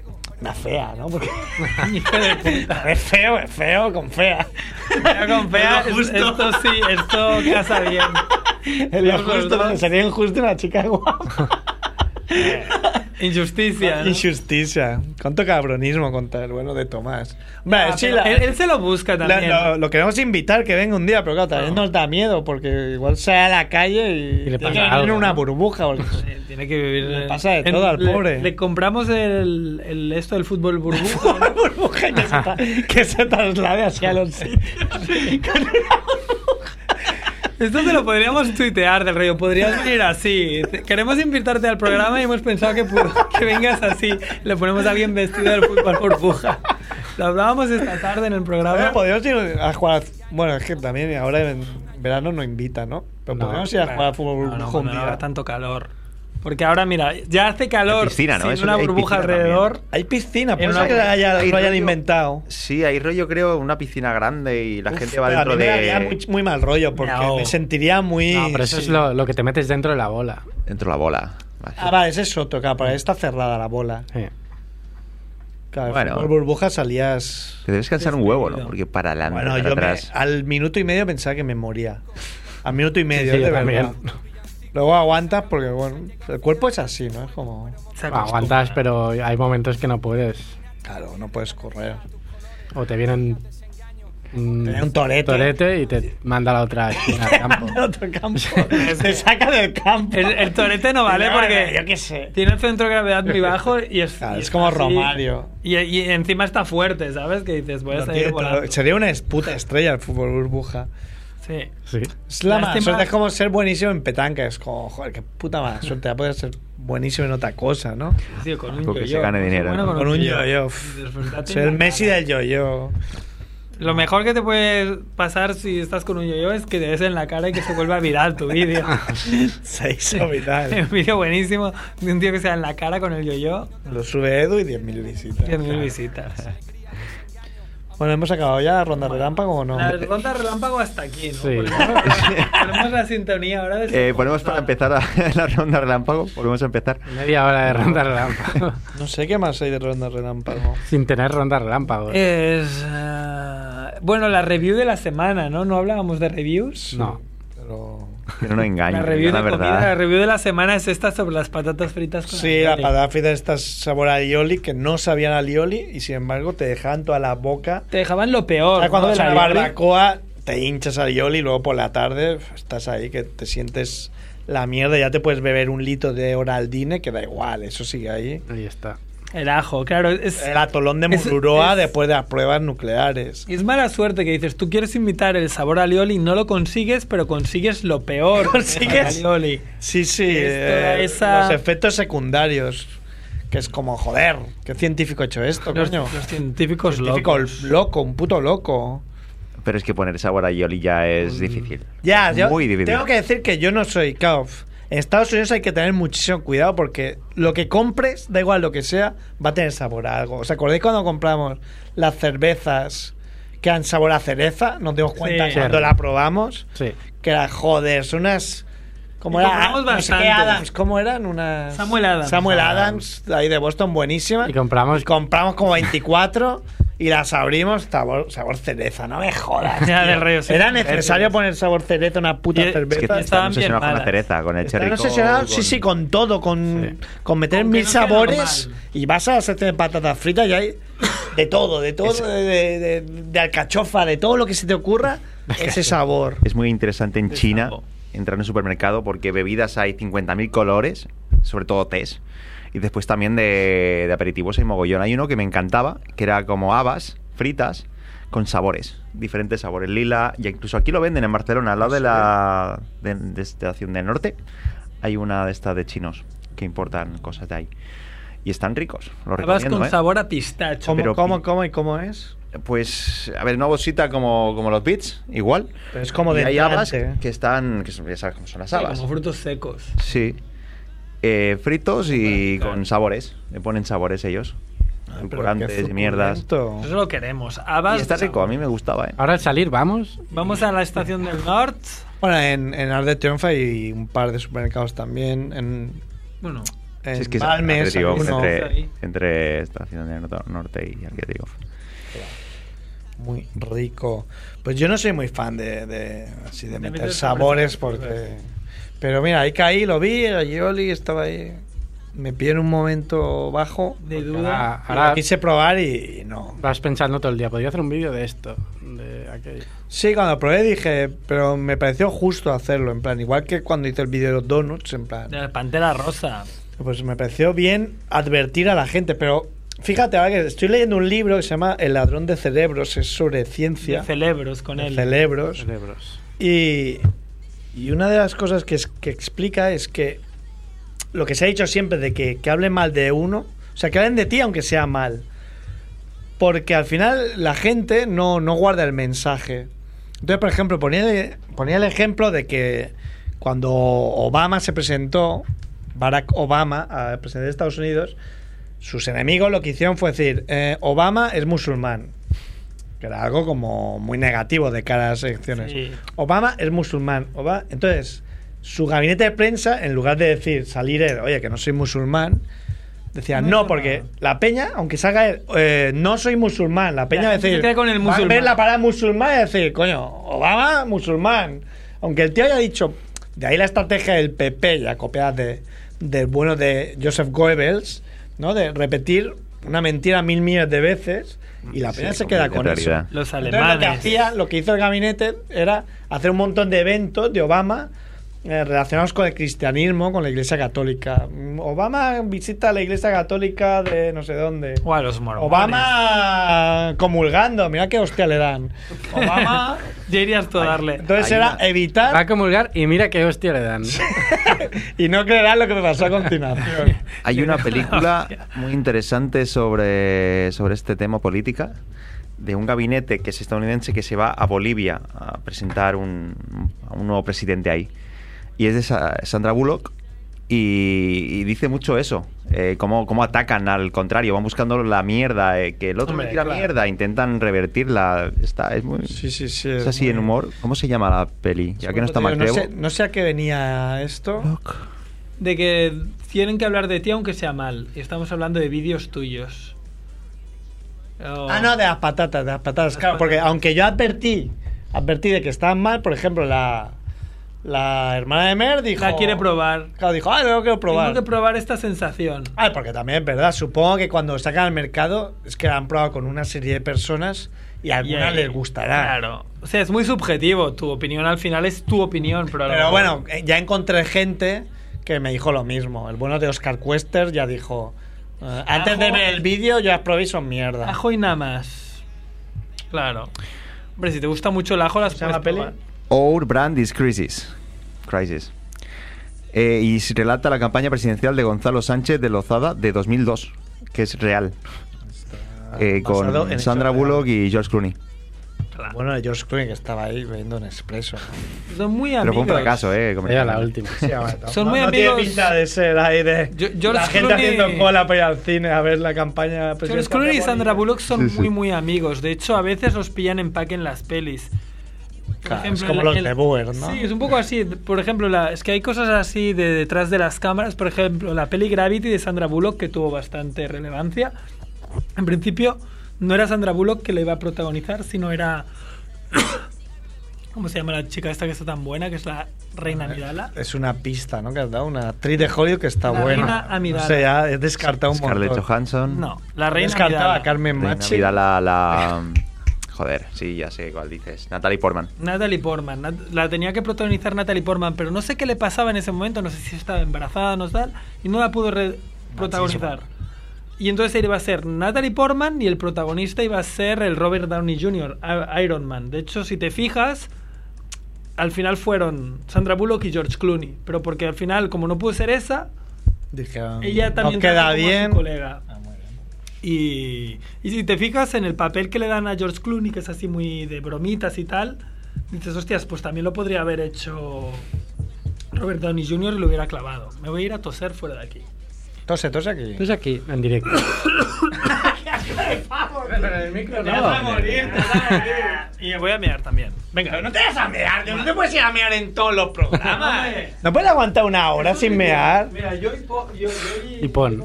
una fea, ¿no? [LAUGHS] Porque [LAUGHS] Hijo de puta. es feo, es feo con fea. Ya con fea, Es lo es- justo. esto sí, esto casa bien. Es lo Es lo justo, verdad. sería injusto una [LAUGHS] chica guapa. Injusticia. ¿no? [LAUGHS] Injusticia. Cuánto cabronismo contra el bueno de Tomás. Hombre, Ah, sí, pero la- él, él se lo busca la- también. lo, lo queremos invitar que venga un día, pero claro, tal vez No. nos da miedo porque igual sale a la calle y, le tiene pasa que vivir algo, en una ¿no? burbuja. porque- Eh, Tiene que vivir. Le en- pasa de todo al le- pobre. Le compramos el, el- esto del fútbol burbuja. [LAUGHS] una ¿no? burbuja que se, tra- [LAUGHS] que se traslade hacia los sitios. esto te lo podríamos tuitear del rollo. Podrías venir así. Te- Queremos invitarte al programa y hemos pensado que, pu- que vengas así. Le ponemos a alguien vestido del fútbol burbuja. Lo hablábamos esta tarde en el programa. Bueno, podríamos ir a jugar. a- Bueno, es que también ahora en verano no invita, ¿no? Pero No, podríamos ir a jugar a fútbol No, no, un cuando no día. haga tanto calor. Porque ahora, mira, ya hace calor. La piscina, ¿no? sin Eso una hay burbuja piscina alrededor. también. Hay piscina, por En eso una- que la haya- hay lo hayan rollo- inventado. Sí, hay rollo, creo, una piscina grande y la Uf, gente va pero dentro a mí me daría de. muy, muy mal rollo porque Me ahogo. me sentiría muy. No, pero eso sí. es lo, lo que te metes dentro de la bola. Dentro de la bola. Vale. Ah, vale, ese es otro, claro, pero está cerrada la bola. Sí. Claro, Bueno. por burbuja salías. Te debes cansar un huevo, ¿no? Despedido. Porque para adelante, Bueno, para yo me- Ah, atrás. al minuto y medio pensaba que me moría. Al minuto y medio, sí, yo de verdad. también. Luego aguantas porque, bueno, el cuerpo es así, ¿no? Es como. Se acostumbra. Aguantas, pero hay momentos que no puedes. Claro, no puedes [LAUGHS] correr. O te vienen un, Te viene un torete. torete y te manda a la otra esquina al campo. [LAUGHS] Al otro campo. Te saca del campo. El, el torete [LAUGHS] no [LAUGHS] vale No, porque. Yo qué sé. Tiene el centro de gravedad muy bajo y es. Claro, y es está como Romario. Y, y encima está fuerte, ¿sabes? Que dices, voy a No salir tiene- volando. Sería una puta estrella el fútbol burbuja. Sí. Sí. Es la mala Lástima. suerte, es como ser buenísimo en petanca. Es como, joder, qué puta [LAUGHS] mala suerte. Ya podrías ser buenísimo en otra cosa, ¿no? Tío, con un Porque se yo-yo. gane dinero, ¿no? Con un yo-yo. Despertate Ser en el la Messi cara. [LAUGHS] del yo-yo. Lo mejor que te puede pasar si estás con un yo-yo es que te des en la cara y que se vuelva viral tu vídeo. [LAUGHS] Se hizo vital. [LAUGHS] un vídeo buenísimo de un tío que se da en la cara con el yo-yo. [LAUGHS] Lo sube Edu y 10.000 visitas. 10.000 visitas. Bueno, hemos acabado ya la ronda relámpago o no. La ronda relámpago hasta aquí, ¿no? Sí. Ponemos, ponemos la sintonía ahora de Eh, ponemos para empezar a- [LAUGHS] la ronda relámpago. Volvemos a empezar. Media hora de [LAUGHS] ronda relámpago. No sé qué más hay de ronda relámpago. Sin tener ronda relámpago. Eh, Es. ah, bueno, la review de la semana, ¿no? No hablábamos de reviews. no. Pero... Que no nos engañen. La review la de verdad. comida, la review de la semana es esta sobre las patatas fritas con Sí, la alioli. padáfrita está sabor a alioli, que no sabían a alioli y sin embargo te dejaban toda la boca. Te dejaban lo peor. Ah, cuando ¿no? es de una alioli. barbacoa te hinchas alioli y luego por la tarde uf, estás ahí que te sientes la mierda, ya te puedes beber un litro de Oraldine, que da igual, eso sigue ahí. Ahí está. El ajo, claro. Es, El atolón de Es- Mururoa es- después de las pruebas nucleares. es mala suerte que dices, tú quieres imitar el sabor alioli, no lo consigues, pero consigues lo peor. Consigues- Alioli. Sí, sí, Es toda eh, esa- los efectos secundarios, que es como, joder, ¿qué científico ha hecho esto, Los, coño? los científicos Científico locos. loco, un puto loco. Pero es que poner sabor a Yoli ya Mm. es difícil. Ya, yo Muy difícil. tengo que decir que yo no soy Kauf. En Estados Unidos hay que tener muchísimo cuidado porque lo que compres, da igual lo que sea, va a tener sabor a algo. ¿Os acordáis cuando compramos las cervezas que han sabor a cereza? Nos dimos cuenta Sí. cuando la probamos Sí. que era, joder, son unas... Como Y era, Ah, compramos no sé qué bastantes. Adams, ¿cómo eran? Unas... Samuel Adams. Samuel Adams, de ahí de Boston, buenísima. Y compramos. Y compramos como 24 y las abrimos sabor, sabor cereza, no me jodas. [LAUGHS] Ya, tío. de rollo, sí. Era necesario poner sabor cereza en una puta Y- Es que cerveza. Estaban están bien obsesionados con la malas. cereza, con el cherry Están obsesionados, sí, sí, con todo, con, con meter Aunque mil no sea sabores normal. y vas a la sección de patatas fritas y hay de todo, de todo, de, de- de- de alcachofa, de todo lo que se te ocurra, ese sabor. Es muy interesante en China entrar en un supermercado porque bebidas hay 50.000 colores, sobre todo tés. Y después también de, de aperitivos hay mogollón. Hay uno que me encantaba, que era como habas fritas con sabores, diferentes sabores. Lila, y incluso aquí lo venden en Barcelona, al lado de la de, de Estación del Norte. Hay una de estas de chinos que importan cosas de ahí. Y están ricos, lo Habas recomiendo. con ¿eh? sabor a pistacho. ¿Cómo, pero cómo, pi- cómo y cómo es? Pues, a ver, una bolsita como, como los bits, igual. Pero es como Y de hay habas entrante, ¿eh? que están, que son, ya sabes cómo son las Sí, habas. Como frutos secos. Sí. Eh, fritos y con sabores. Le ponen sabores ellos. Ah, Pero Edulcorantes qué y mierdas. suculento. Ah, Eso lo queremos. Y Habas. está rico, a mí me gustaba, ¿eh? Ahora al salir, vamos. Vamos a la estación del norte. Bueno, en, en Arde Triunfa y un par de supermercados también. En, Bueno, en Si es que es Balmes, Atlético, alguno. entre, entre Estación del Norte- Norte y aquí digo. Muy rico. Pues yo no soy muy fan de, de- así de De meter meter sabores sabores. porque... Pero mira, ahí caí, lo vi, el Yoli estaba ahí. Me pide un momento bajo. de porque duda. Ahora, lo ahora quise probar y, y no. vas pensando todo el día. Podría hacer un vídeo de esto. De aquello. Sí, cuando probé dije, pero me pareció justo hacerlo, en plan, igual que cuando hice el vídeo de los donuts, en plan... De la pantera rosa. Pues me pareció bien advertir a la gente, pero fíjate, ahora que estoy leyendo un libro que se llama El ladrón de cerebros, es sobre De ciencia, celebros con ¿eh? de él. cerebros, Cerebros. y, y una de las cosas que, es- que explica es que lo que se ha dicho siempre de que, que hablen mal de uno, o sea, que hablen de ti aunque sea mal, porque al final la gente no, no guarda el mensaje. Entonces, por ejemplo, ponía, ponía el ejemplo de que cuando Obama se presentó, Barack Obama, al presidente de Estados Unidos, sus enemigos lo que hicieron fue decir, eh, Obama es musulmán, que era algo como muy negativo de cara a las elecciones. Sí. Obama es musulmán. Obama, entonces, su gabinete de prensa, en lugar de decir, salir él, oye, que no soy musulmán, decía, no, porque la peña, aunque salga él, "Eh, no soy musulmán, la peña La va a gente decir, se queda con el va a ver musulmán. la para musulmán y decir, coño, Obama musulmán. Aunque el tío haya dicho, de ahí la estrategia del PP, ya copiada de, del bueno de Joseph Goebbels, ¿no? De repetir una mentira mil millones de veces y la Sí, peña se con queda mucha con eso. claridad. Los Entonces, lo que alemanes. hacía, lo que hizo el gabinete era hacer un montón de eventos de Obama eh, relacionados con el cristianismo, con la Iglesia Católica. Mm, Obama visita la Iglesia Católica de no sé dónde. O a los mormones. Obama comulgando, mira qué hostia le dan. [LAUGHS] Obama. Ya irías tú a darle. Entonces Ahí era va. Va a evitar comulgar y mira qué hostia le dan. y no creerás lo que me pasó a continuación. [LAUGHS] Hay una película muy interesante sobre, sobre este tema política de un gabinete que es estadounidense que se va a Bolivia a presentar un, a un nuevo presidente ahí. Y es de Sa- Sandra Bullock Y, y dice mucho eso, eh, cómo, cómo atacan al contrario, van buscando la mierda, eh, que el otro Hombre, le tira claro. mierda, intentan revertirla. Está, es muy. Sí, sí, sí. es así en humor. ¿Cómo se llama la peli? Ya que no está mal, no creo. sé, no sé a qué venía esto. De que tienen que hablar de ti aunque sea mal. Y estamos hablando de vídeos tuyos. Oh. Ah, no, de las patatas, de las patatas. Las claro, porque patatas. aunque yo advertí, advertí de que estaban mal, por ejemplo, la, la hermana de Mer dijo. La quiere probar. Claro, dijo, ah, tengo que probar. Tengo que probar esta sensación. Ah, porque también, ¿verdad? Supongo que cuando sacan al mercado es que la han probado con una serie de personas y a algunas ahí- les gustará. Claro. O sea, es muy subjetivo. Tu opinión al final es tu opinión. Pero, a lo Pero mejor- bueno, eh, ya encontré gente que me dijo lo mismo. El bueno de Oscar Cuester ya dijo, eh, antes de Ajo. ver el vídeo ya probé y son mierda. Ajo y nada más. Claro. Hombre, si te gusta mucho el ajo, las ¿Se llama puedes la probar. peli? Our Brand is Crisis. Crisis. Eh, y se relata la campaña presidencial de Gonzalo Sánchez de Lozada de 2002, que es real. Eh, basado en con hechos Sandra Bullock reales. y George Clooney. Bueno, yo Clooney que estaba ahí bebiendo un expreso. Son muy amigos. Pero fue un fracaso, ¿eh? Era comercial. la última. Son muy amigos. tiene pinta de ser ahí de Yo- George la gente Clooney- haciendo cola para ir al cine a ver la campaña George presidencial Clooney de y Sandra Bolivia. Bullock son Sí, sí. muy, muy amigos. De hecho, a veces los pillan en pack en las pelis. Por Claro, es como los de Boer, ¿no? Sí, es un poco así. Por ejemplo, la- es que hay cosas así de detrás de las cámaras. Por ejemplo, la peli Gravity de Sandra Bullock, que tuvo bastante relevancia. En principio, no era Sandra Bullock que la iba a protagonizar, sino era. [COUGHS] ¿Cómo se llama la chica esta que está tan buena? Que es la Reina Midala. Es una pista, ¿no? Que has dado una actriz de Hollywood que está La buena. reina O Amidala. sea, ya he descartado un Scarlett montón. Johansson. No, la He Reina descartado a Amidala. Carmen Reina Machi. Vidala, la, Joder, sí, ya sé cuál dices. Natalie Portman. Natalie Portman. Nat- la tenía que protagonizar Natalie Portman, pero no sé qué le pasaba en ese momento, no sé si estaba embarazada, no sé tal, y no la pudo re- protagonizar. Y entonces iba a ser Natalie Portman y el protagonista iba a ser el Robert Downey Jr., I- Iron Man. De hecho, si te fijas, al final fueron Sandra Bullock y George Clooney, pero porque al final, como no pudo ser esa, Dije, ella también Ah, no queda trató como a su bien. Ah, colega. Y, y si te fijas en el papel que le dan a George Clooney, que es así muy de bromitas y tal, dices, hostias, pues también lo podría haber hecho Robert Downey Jr. y lo hubiera clavado. Me voy a ir a toser fuera de aquí. Tose, tose aquí. Entonces aquí, en directo. [LAUGHS] y me voy a mear también. Venga, no te vas a mear, no te puedes ir a mear en todos los programas. ¿No puedes aguantar una hora sin mear? Mira, yo y, po- yo, yo Y pon.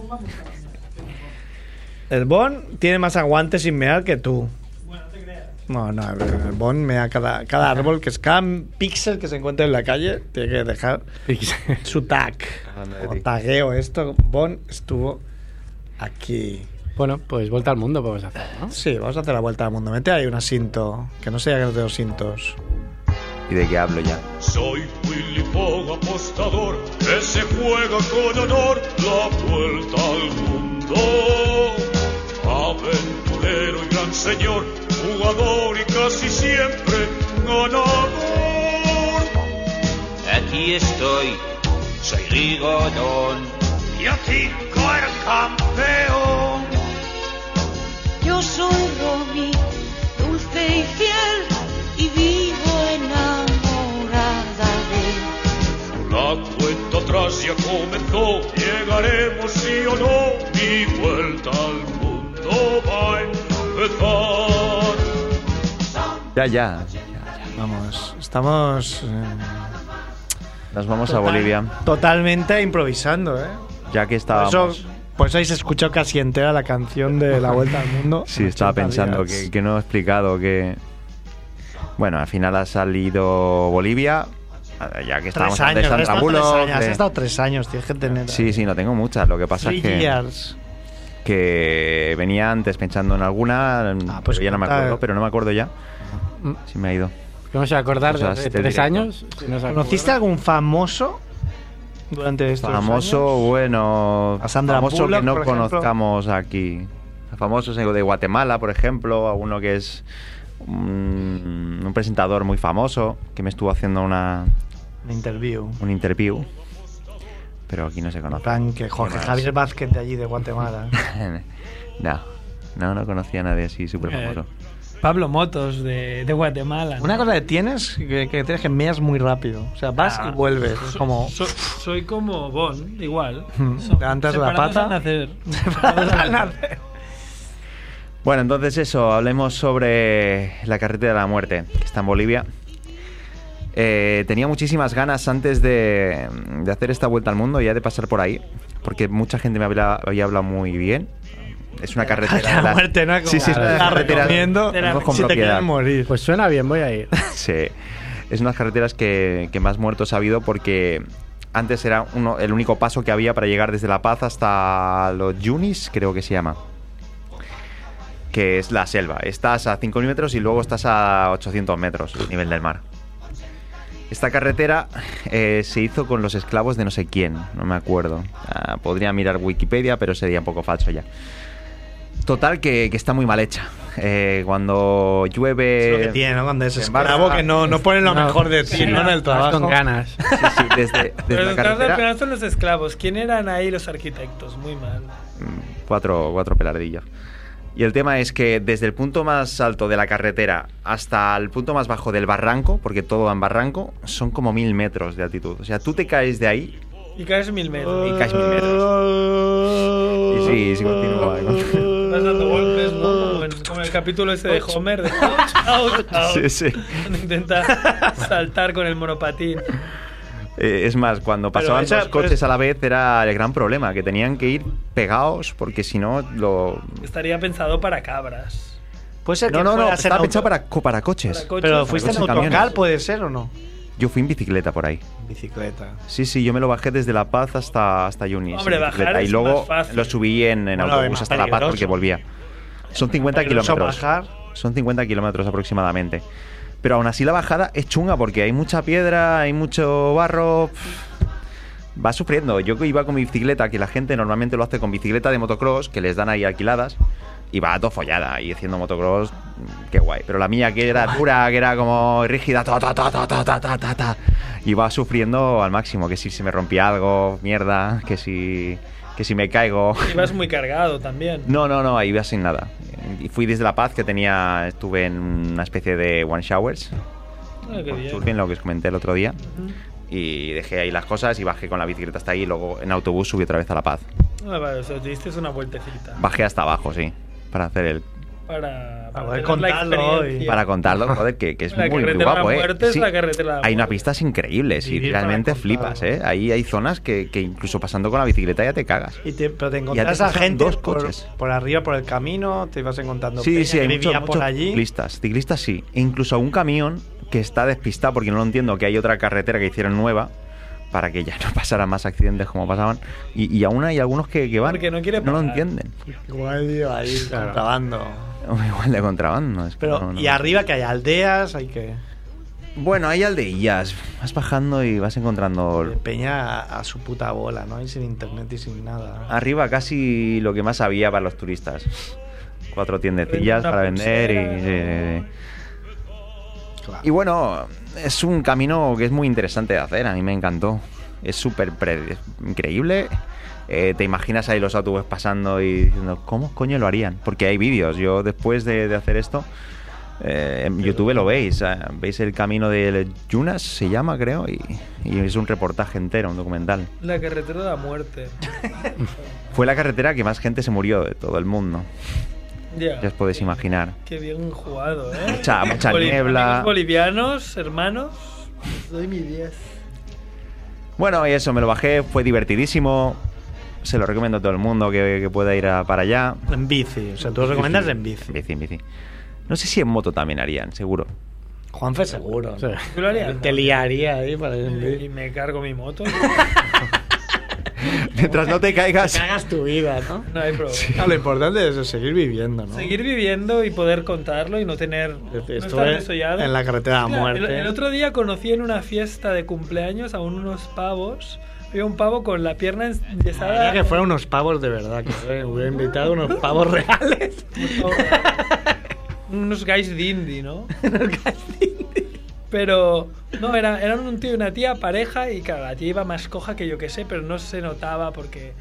El Bon tiene más aguante sin mear que tú. No, no, el Bon mea cada, cada árbol, que es cada píxel que se encuentra en la calle, tiene que dejar su tag. Anda de O ti. tagueo esto. Bon estuvo aquí. bueno, pues vuelta al mundo vamos a hacer, ¿no? Sí, vamos a hacer la vuelta al mundo. Mete ahí un asinto, que no sea que no tengo cintos. ¿Y de qué hablo ya? Soy Willy Pog, apostador, que se juega con honor la vuelta al mundo. Aventurero y gran señor, jugador y casi siempre ganador. Aquí estoy, soy Rigodón. Y a ti, el campeón. Yo soy Romy, dulce y fiel, y vivo enamorada de La cuenta atrás ya comenzó, llegaremos sí o no, mi vuelta al mundo va a empezar. Ya, ya. Vamos, estamos. eh, Nos vamos total- a Bolivia. Totalmente improvisando, ¿eh? Ya Por que estábamos. eso, por eso ahí se escuchó casi entera la canción de La Vuelta al Mundo. [LAUGHS] Sí, en estaba 80 pensando días. que, que no he explicado que. Bueno, al final ha salido Bolivia, ya que estábamos Tres años, antes de has estado tres Sandra Bullock, años, has de- estado tres años, tienes que tener. Sí, sí, no tengo muchas. Lo que pasa Three es que, years. que venía antes pensando en alguna, Ah, pues pero ya no me cuenta- acuerdo, pero no me acuerdo ya. Mm. Sí me ha ido. Vamos a acordar O sea, de si hace te tres directo. años. si no se acuerda. ¿Conociste algún famoso durante estos Famoso, años? bueno, A Sandra famoso Bullock, que no por ejemplo. conozcamos aquí. Famosos de Guatemala, por ejemplo, a uno que es un, un presentador muy famoso que me estuvo haciendo una, Una interview. un interview, pero aquí no se conoce. [LAUGHS] Frank, que Jorge ¿Qué más? Javier Vázquez de allí, de Guatemala. no, no, no conocía a nadie así súper Eh, famoso. Pablo Motos de, de Guatemala. ¿no? Una cosa que tienes, que, que tienes que meas muy rápido. O sea, vas Ah. y vuelves. Es como. So- soy como Bon, igual. Mm, So- levantas la separados pata. al [LAUGHS] nacer. Separados al nacer. Bueno, entonces eso, hablemos sobre la carretera de la muerte, que está en Bolivia. Eh, tenía muchísimas ganas antes de, de hacer esta vuelta al mundo, ya de pasar por ahí, porque mucha gente me habla- había hablado muy bien. [LAUGHS] Es una carretera. La de las- muerte, ¿no? Como- Sí, sí, es una de las La carreteras- recomiendo Vamos con si te propiedad. quieres morir. Pues suena bien, voy [LAUGHS] a ir. Sí. Es una de las carreteras que, que más muertos ha habido porque antes era uno, el único paso que había para llegar desde La Paz hasta los Yunis, creo que se llama. Que es la selva. Estás a 5.000 metros y luego estás a 800 metros, el nivel del mar. Esta carretera eh, se hizo con los esclavos de no sé quién, no me acuerdo. Ah, podría mirar Wikipedia, pero sería un poco falso ya. Total, que, que está muy mal hecha. Eh, cuando llueve. Es lo que Pues tiene, ¿no? Cuando es se embarca. esclavo que no, no ponen lo No. mejor de ti, Sí, ¿no? En el vas trabajo. con ganas. [LAUGHS] Sí, sí, desde, desde Pero la los caras carretera. son los esclavos. ¿Quién eran ahí los arquitectos? Muy mal. Mm, Cuatro, cuatro pelardillos. Y el tema es que desde el punto más alto de la carretera hasta el punto más bajo del barranco, porque todo va en barranco, son como mil metros de altitud. O sea, tú te caes de ahí Y caes mil metros. y caes mil metros. Y sí, sí, continúa. continúa. Vas dando golpes, ¿no? Como en, como en el capítulo ese de Homer. De ouch, ouch, ouch. [LAUGHS] Sí, sí. Cuando Intenta saltar con el monopatín. Eh, Es más, cuando Pero pasaban esa- dos coches a la vez era el gran problema, que tenían que ir pegados porque si no lo... Estaría pensado para cabras. Puede ser que No, no, no, fueras en estaba auto- pensado para, co- para coches. Para coches. Pero Para fuiste en coches y camiones. autocar, puede ser o no. Yo fui en bicicleta por ahí. Bicicleta. Sí, sí, yo me lo bajé desde La Paz hasta, hasta Yunis. Hombre, en bicicleta. bajar Y es luego más fácil. lo subí en, en Bueno, y autobús más hasta La Paz peligroso. porque volvía. Son 50 Peligroso kilómetros. bajar. Son 50 kilómetros aproximadamente. Pero aún así la bajada es chunga porque hay mucha piedra, hay mucho barro. pff, Va sufriendo. Yo que iba con mi bicicleta, que la gente normalmente lo hace con bicicleta de motocross, que les dan ahí alquiladas, y va todo follada y haciendo motocross, mm, qué guay. Pero la mía que era dura, que era como rígida, ta, ta, ta, ta, ta, ta, ta, ta, ta, iba sufriendo al máximo, que si se me rompía algo, mierda, que si, que si me caigo. Y vas muy cargado también. No, no, no, ahí iba sin nada. Y fui desde La Paz, que tenía, estuve en una especie de one showers, Ah, qué con bien. surfing, Pues, lo que os comenté el otro día. Y dejé ahí las cosas y bajé con la bicicleta hasta ahí y luego en autobús subí otra vez a La Paz. Ah, vale, o sea, te diste una vueltecita. Bajé hasta abajo, sí, para hacer el... Ah, Para, para poder tener la contarlo hoy. experiencia. Para contarlo, joder, que, que [LAUGHS] es La muy, muy carretera de la guapo, ¿eh? muerte es la carretera de la hay unas muerte. pistas increíbles y Vivir para realmente contarlo. flipas, ¿eh? Ahí hay zonas que, que incluso pasando con la bicicleta ya te cagas. Y te, pero te te encontrás a pasan gente dos por- coches. Por, arriba, por el camino, te ibas encontrando Sí, peña sí, que hay muchos, vivía por muchos allí. ciclistas. Ciclistas sí. E incluso un camión que está despistado porque no lo entiendo, que hay otra carretera que hicieron nueva para que ya [LAUGHS] no pasaran más accidentes como pasaban. Y, y aún hay algunos que, que van. Porque no quiere lo parar. entienden. [LAUGHS] Igual iba ahí contrabando. Igual de contrabando. es que Pero, no, no. y arriba que hay aldeas, hay que. Bueno, hay aldeillas. Vas bajando y vas encontrando. Peña a, a su puta bola, ¿no? Y sin internet y sin nada. Arriba casi lo que más había para los turistas. Cuatro tiendecillas Una para vender y. pulsera. sí, sí, sí. Y bueno, es un camino que es muy interesante de hacer, a mí me encantó. Es súper pre- increíble. Eh, te imaginas ahí los autobuses pasando y diciendo, ¿cómo coño lo harían? Porque hay vídeos. Yo después de, de hacer esto, eh, en YouTube lo veis. eh, Veis el camino de Yunas, se llama, creo, y, y es un reportaje entero, un documental. La carretera de la muerte. Fue la carretera que más gente se murió de todo el mundo, Ya. ya os podéis imaginar. Qué bien jugado, ¿eh? Mucha- mucha Boli- niebla. amigos bolivianos, hermanos, os doy mi 10. Bueno, y eso, me lo bajé, fue divertidísimo. Se lo recomiendo a todo el mundo que, que pueda ir a- para allá. En bici, o sea, tú recomiendas en En bici. bici, en bici. No sé si en moto también harían, seguro. [LAUGHS] Juanfe seguro. Sí. ¿Tú lo harías? Te liaría ahí para ir en Y, y bici. me cargo mi [LAUGHS] moto. Mientras no te caigas. Cagas tu vida, ¿no? No hay problema. Lo importante es seguir viviendo, ¿no? Seguir viviendo y poder contarlo y no tener. no estar Este, Estuve desollado. en la carretera de la Mira, el- El, muerte. otro día conocí en una fiesta de cumpleaños a unos pavos. Había un pavo con la pierna enyesada. Quería Ah, que fueran unos pavos de verdad. Que fueran- hubiera invitado unos [LAUGHS] pavos reales. unos guys dindi, ¿no? Pero, no, era, eran un tío y una tía pareja y claro, la tía iba más coja que yo que sé, pero no se notaba porque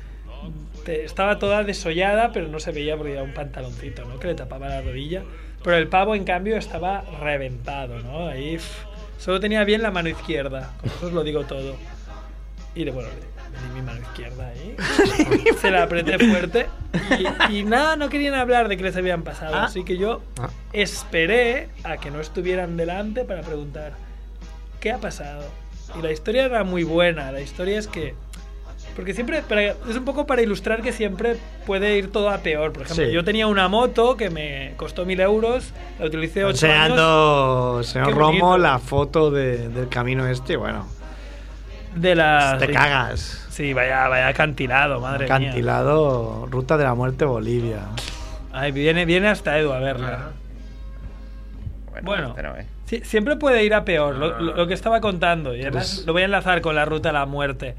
te- estaba toda desollada, pero no se veía porque era un pantaloncito, ¿no? Que le tapaba la rodilla. Pero el pavo, en cambio, estaba reventado, ¿no? Ahí pf, solo tenía bien la mano izquierda. Con eso os lo digo todo. Y le, bueno, le, le di mi mano izquierda ahí. se la apreté fuerte. Y, y nada, no querían hablar de qué les habían pasado. Ah. Así que yo Ah. esperé a que no estuvieran delante para preguntar qué ha pasado. Y la historia era muy buena. La historia es que. Porque siempre. para- es un poco para ilustrar que siempre puede ir todo a peor. Por ejemplo, Sí. yo tenía una moto que me costó mil euros. La utilicé ocho años. Enseñando, Qué señor bonito. Romo, la foto de- del camino este, bueno, De la. te cagas. Sí, vaya, vaya acantilado, Ah, madre mía. Cantilado, Ruta de la Muerte Bolivia. Ay, viene, viene hasta Edu a verla. Bueno. este no, ¿eh? Sí, siempre puede ir a peor, lo, lo- lo que estaba contando. Y además Pues- lo voy a enlazar con la ruta a la muerte.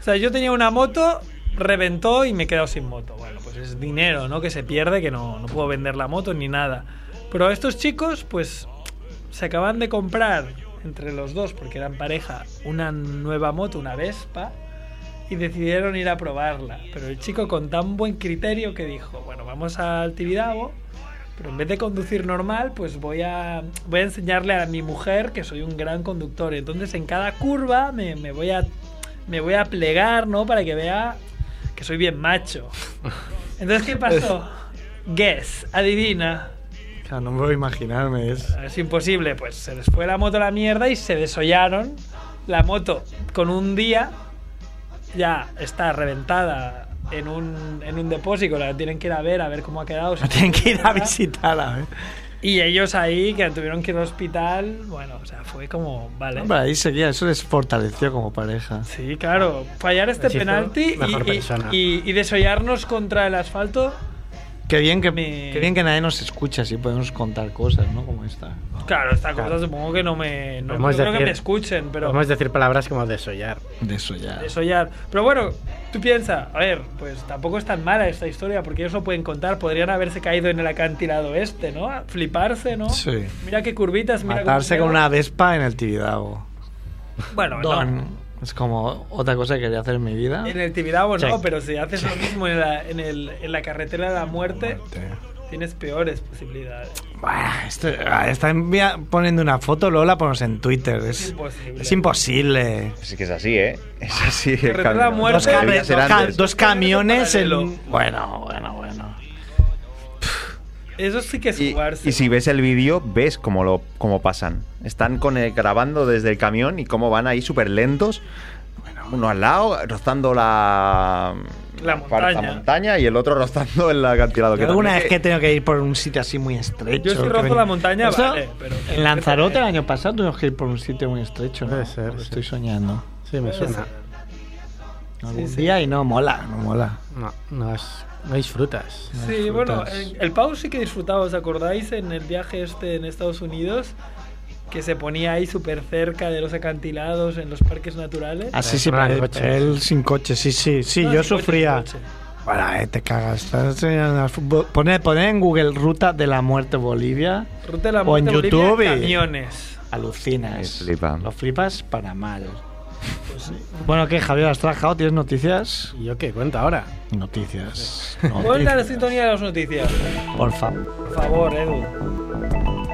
O sea, yo tenía una moto, reventó y me he quedado sin moto. Bueno, pues es dinero, ¿no? Que se pierde, que no, no puedo vender la moto ni nada. Pero estos chicos, pues, se acaban de comprar entre los dos, porque eran pareja, una nueva moto, una Vespa, y decidieron ir a probarla. Pero el chico con tan buen criterio que dijo, bueno, vamos al Tibidabo, pero en vez de conducir normal, pues voy a, voy a enseñarle a mi mujer que soy un gran conductor. Entonces en cada curva me, me voy, a, me voy a plegar, ¿no? Para que vea que soy bien macho. Entonces, ¿qué pasó? Guess, adivina. O sea, no me puedo imaginarme, es Es imposible, pues se les fue la moto a la mierda y se desollaron. La moto con un día ya está reventada en un, en un depósito, la tienen que ir a ver, a ver cómo ha quedado. si tienen que ir a nada. visitarla. ¿eh? Y ellos ahí, que tuvieron que ir al hospital, bueno, o sea, fue como, vale. Hombre, ahí seguía, eso les fortaleció como pareja. Sí, claro, fallar este Sí, fue penalti mejor y- persona. y, y- y desollarnos contra el asfalto, Qué bien que, Me- qué bien que nadie nos escucha, así podemos contar cosas, ¿no? Como esta. claro, esta cosa Claro. supongo que no me... No, no Podemos creo que decir- me escuchen, pero... Podemos decir palabras como desollar. De eso ya. desollar. Pero bueno, tú piensa, a ver, pues tampoco es tan mala esta historia, porque ellos no pueden contar, podrían haberse caído en el acantilado este, ¿no? A Fliparse, ¿no? Sí. Mira qué curvitas, mira cómo Matarse con queda. una vespa en el Tibidabo. Bueno, no. Don. Es como otra cosa que quería hacer en mi vida. En el Tibidabo Sí. no, pero si haces lo mismo en la, en, el- en la carretera de la muerte, tienes peores posibilidades. Bueno, esto- ah, está envia- poniendo una foto, luego la ponemos en Twitter. Es Es, imposible. es imposible. Pues es que es así, ¿eh? Es así. el Carretera camino. muerte, Dos, Lo cam- debía dos, ser ca- antes. dos camiones en... Paralelo. Bueno, bueno, bueno. Eso sí que es Y, jugarse. y si ves el vídeo, ves cómo, lo, cómo pasan. Están con el- grabando desde el camión y cómo van ahí súper lentos. Uno al lado, rozando la, La montaña. montaña y el otro rozando el acantilado. Yo alguna también- vez que he tenido que ir por un sitio así muy estrecho. Yo si que rozo ven- la montaña, Eso, vale, pero- En Lanzarote el año pasado tuvimos que ir por un sitio muy estrecho. ¿no? Puede ser, Lo sí. Estoy soñando. Sí, me suena. Algún sí. día y no mola, no mola. No, no, es- no disfrutas. Sí, bueno, frutas. el, el Pau sí que disfrutaba, ¿os acordáis? En el viaje este en Estados Unidos, que se ponía ahí súper cerca de los acantilados en los parques naturales. Así Ah, sí, con el pero coche. él sin coche, sí, sí, sí, No, yo sin coche, sufría. sin coche. Bueno, eh, te cagas. Estás enseñando las fu- Poner, poner en Google Ruta de la Muerte Bolivia, Ruta de la O Muerte en Bolivia, YouTube y- camiones. alucinas. Me flipa. Lo flipas para mal. Pues Bueno, ¿qué, Javier? ¿Has trabajado? ¿Tienes noticias? ¿Y yo qué cuento ahora? [LAUGHS] Noticias. Ponle a la Noticias. sintonía de las noticias. Por favor. Por favor, Edu.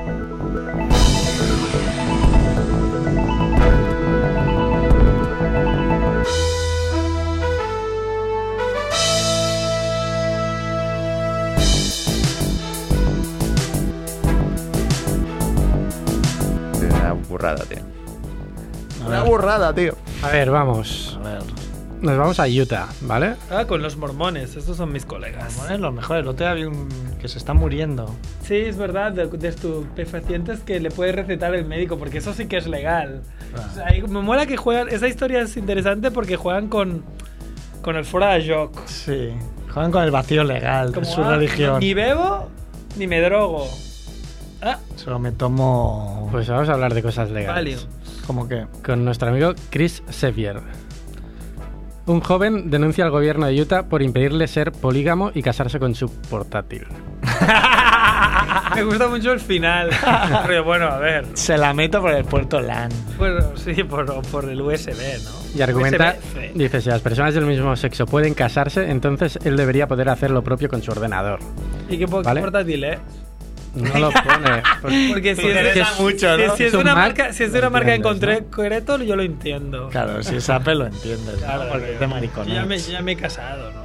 Una burrada, tío. Una burrada, tío. A ver, vamos. Nos vamos a Utah, ¿vale? Ah, con los mormones, estos son mis colegas. Bueno, lo mejor, el otro día vi un que se está muriendo. Sí, es verdad, de, de estupefacientes que le puede recetar el médico, porque eso sí que es legal. Ah. O sea, ahí- me mola que juegan, esa historia es interesante porque juegan con, con el fuera de joc. Sí. Juegan con el vacío legal de Como, su ah, religión. Ni bebo, ni me drogo. Ah, Solo me tomo. Pues vamos a hablar de [LAUGHS] cosas válido. legales. como que. Con nuestro amigo Chris Sevier. Un joven denuncia al gobierno de Utah por impedirle ser polígamo y casarse con su portátil. Ah, Me gusta mucho el [LAUGHS] final. Pero bueno, a ver. Se la meto por el puerto LAN. Bueno, sí, por, por el USB, ¿no? Y argumenta, USB-C. dice, si las personas del mismo sexo pueden casarse, entonces él debería poder hacer lo propio con su ordenador. ¿Y qué, po- qué Vale. portátil, eh? No [LAUGHS] lo pone. pues- Porque si es, interesa si- mucho, si- ¿no? si es Es un una Mac, marca, si es de lo una marca que entiendes, encontré coreto, yo lo entiendo. Claro, este si es Apple lo entiendes. ¿no? Claro, Porque yo- es de yo ya, me, maricones. yo ya me he casado, ¿no?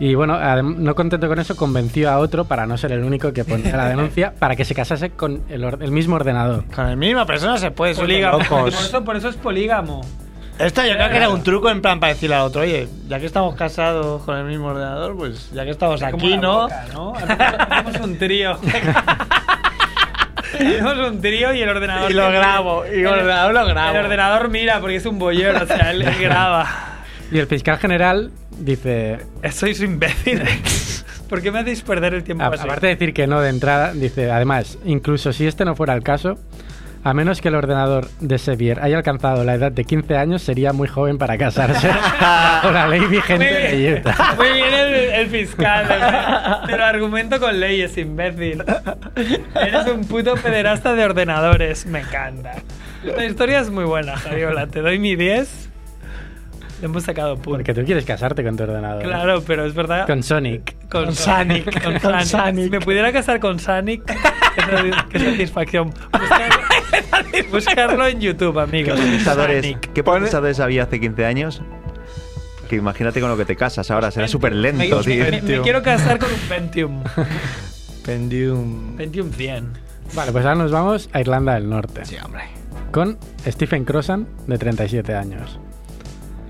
Y bueno, adem- no contento con eso, convenció a otro para no ser el único que ponía [LAUGHS] la denuncia para que se casase con el, or- el mismo ordenador. Con la misma persona se puede subir Polígamo. Por locos. eso, por eso es polígamo. Esto yo creo que era un truco en plan para decirle al otro, oye, ya que estamos casados con el mismo ordenador, pues ya que estamos Como aquí, la ¿no? boca, ¿no? Hacemos un [LAUGHS] trío. Hacemos un trío y el ordenador. Y lo grabo, y el ordenador lo grabo. El ordenador mira porque es un bollero, o sea, él él [LAUGHS] graba. Y el fiscal general dice, Sois imbéciles. [LAUGHS] ¿Por qué me hacéis perder el tiempo a- así? aparte de decir que no de entrada, dice, además, incluso si este no fuera el caso, a menos que el ordenador de Sevier haya alcanzado la edad de 15 años, sería muy joven [LAUGHS] para casarse [LAUGHS] con la ley vigente Muy bien. de Utah. [LAUGHS] Muy bien el, el fiscal, [LAUGHS] ¿verdad? te lo argumento con leyes, imbécil. Eres un puto pederasta de ordenadores, me encanta. La historia es muy buena, Javiola, te doy mi 10. Le hemos sacado punto. Porque tú quieres casarte con tu ordenador. Claro, pero es verdad. Con Sonic. Con, Con Sonic, [LAUGHS] Con con Sonic. Sonic. Si me pudiera casar con Sonic, qué, sati- qué satisfacción. Buscarlo, [LAUGHS] buscarlo en YouTube, amigos. procesadores, Sonic. ¿Qué procesadores había hace 15 años? Que imagínate con lo que te casas ahora, será súper Me, lento, tío. me- me- me quiero casar con un Pentium. Pendium. Pentium 100. Vale, pues ahora nos vamos a Irlanda del Norte. Sí, hombre. Con Stephen Crossan, de 37 años.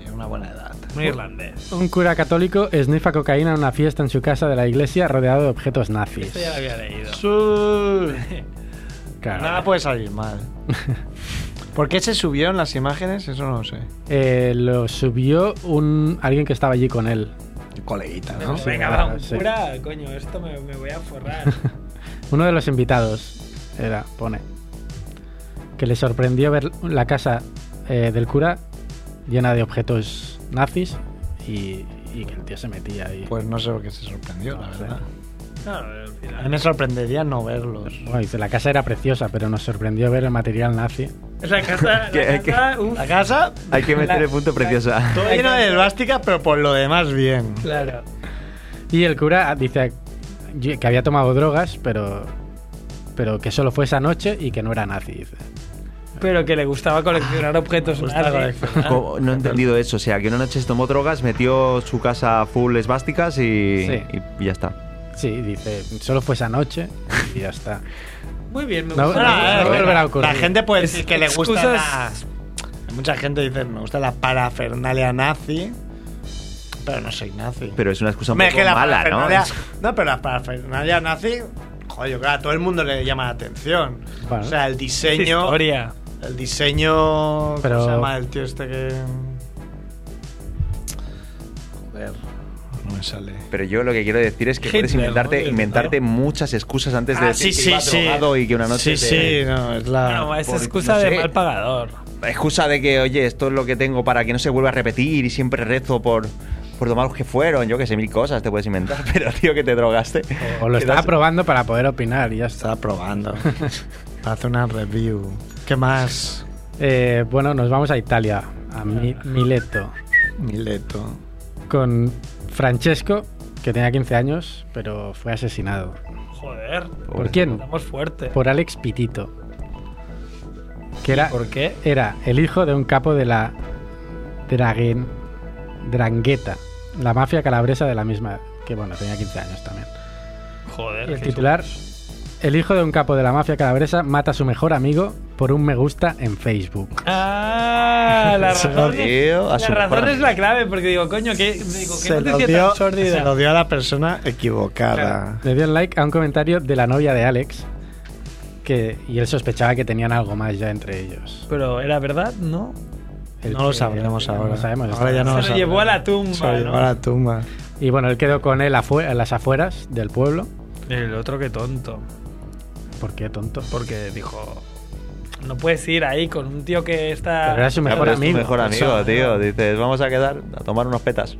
Es una buena edad. Muy irlandés. Un cura católico esnifa cocaína en una fiesta en su casa de la iglesia rodeado de objetos nazis. Esto ya lo había leído. Claro. Nada puede [LAUGHS] salir mal. ¿Por qué se subieron las imágenes? Eso no lo sé. Eh, lo subió un alguien que estaba allí con él. Coleguita, Venga, ¿no? Sí, venga, claro, va, un sí. cura, coño, esto me, me voy a forrar. Uno de los invitados era, pone, que le sorprendió ver la casa eh, del cura llena de objetos nazis y, y que el tío se metía ahí. Pues no sé por qué se sorprendió, la verdad. No, al A final. mí me sorprendería no verlos. Bueno, dice, la casa era preciosa, pero nos sorprendió ver el material nazi. La casa, la ¿Qué- qué? casa, uf, La casa, Hay que meter el punto preciosa. todo lleno de elástica, pero por lo demás bien. claro. Y el cura dice que había tomado drogas, pero, pero que solo fue esa noche y que no era nazi. Dice. Pero que le gustaba coleccionar objetos gustaba nazis. Co- No he entendido eso, o sea, que una noche se tomó drogas, metió su casa full esvásticas y, Sí. y ya está. Sí, dice, solo fue esa noche y ya está. Muy bien, me No, gusta. no, Ah, no, bueno. volverá a ocurrir. La gente puede decir que le gusta excusas- las... Mucha gente dice, me gusta la parafernalia nazi, pero no soy nazi. Pero es una excusa un Hombre, poco mala, ¿no? parafernalia- No, pero la parafernalia nazi, joder, yo creo que a todo el mundo le llama la atención. Bueno. o sea, el Es diseño... historia. El diseño... Pero- ¿Cómo se llama el tío este que...? Joder, no me sale. Pero yo lo que quiero decir es que puedes Hitler, inventarte, ¿no? inventarte muchas excusas antes de Ah, decir sí, que iba sí, sí. drogado y que una noche sí, te- sí, no, es la... Bueno, es por- excusa no de sé. mal pagador. La excusa de que, oye, esto es lo que tengo para que no se vuelva a repetir y siempre rezo por, por tomar los que fueron, yo que sé, mil cosas te puedes inventar, [LAUGHS] pero tío, que te drogaste. [LAUGHS] O lo Que estaba das- probando para poder opinar y ya está. Estaba [LAUGHS] probando. Hace una review. ¿Qué más? Eh, bueno, nos vamos a Italia, a Mi- Mileto, Mileto. con Francesco, que tenía 15 años, pero fue asesinado. Joder. ¿Por quién? Estamos fuertes. Por Alex Pitito. Que era, ¿Por qué? era el hijo de un capo de la Draguen, Drangheta, la mafia calabresa de la misma, que bueno, tenía 15 años también. Joder. Y el Jesús. titular, el hijo de un capo de la mafia calabresa mata a su mejor amigo por un me gusta en Facebook. Ah, [LAUGHS] la razón. Tío, a La su razón mejor- es la clave, porque digo, coño, ¿qué, digo, ¿qué Se lo, noticia dio, tan sórdida? se lo dio a la persona equivocada. Le dio un like a un comentario de la novia de Alex. Que, y él sospechaba que tenían algo más ya entre ellos. Pero era verdad, ¿no? El No lo que- sabremos no lo ahora. sabemos, ahora Se ya no está- lo lo sabremos. llevó a la tumba, Se lo llevó ¿no? a la tumba. Y bueno, él quedó con él afuera, en las afueras del pueblo. El otro que tonto. ¿Por qué, tonto? [LAUGHS] Porque dijo, no puedes ir ahí con un tío que Pero era está... su Ya, mejor pero es tu amigo. mejor amigo, tío. Dices, vamos a quedar a tomar unos petas.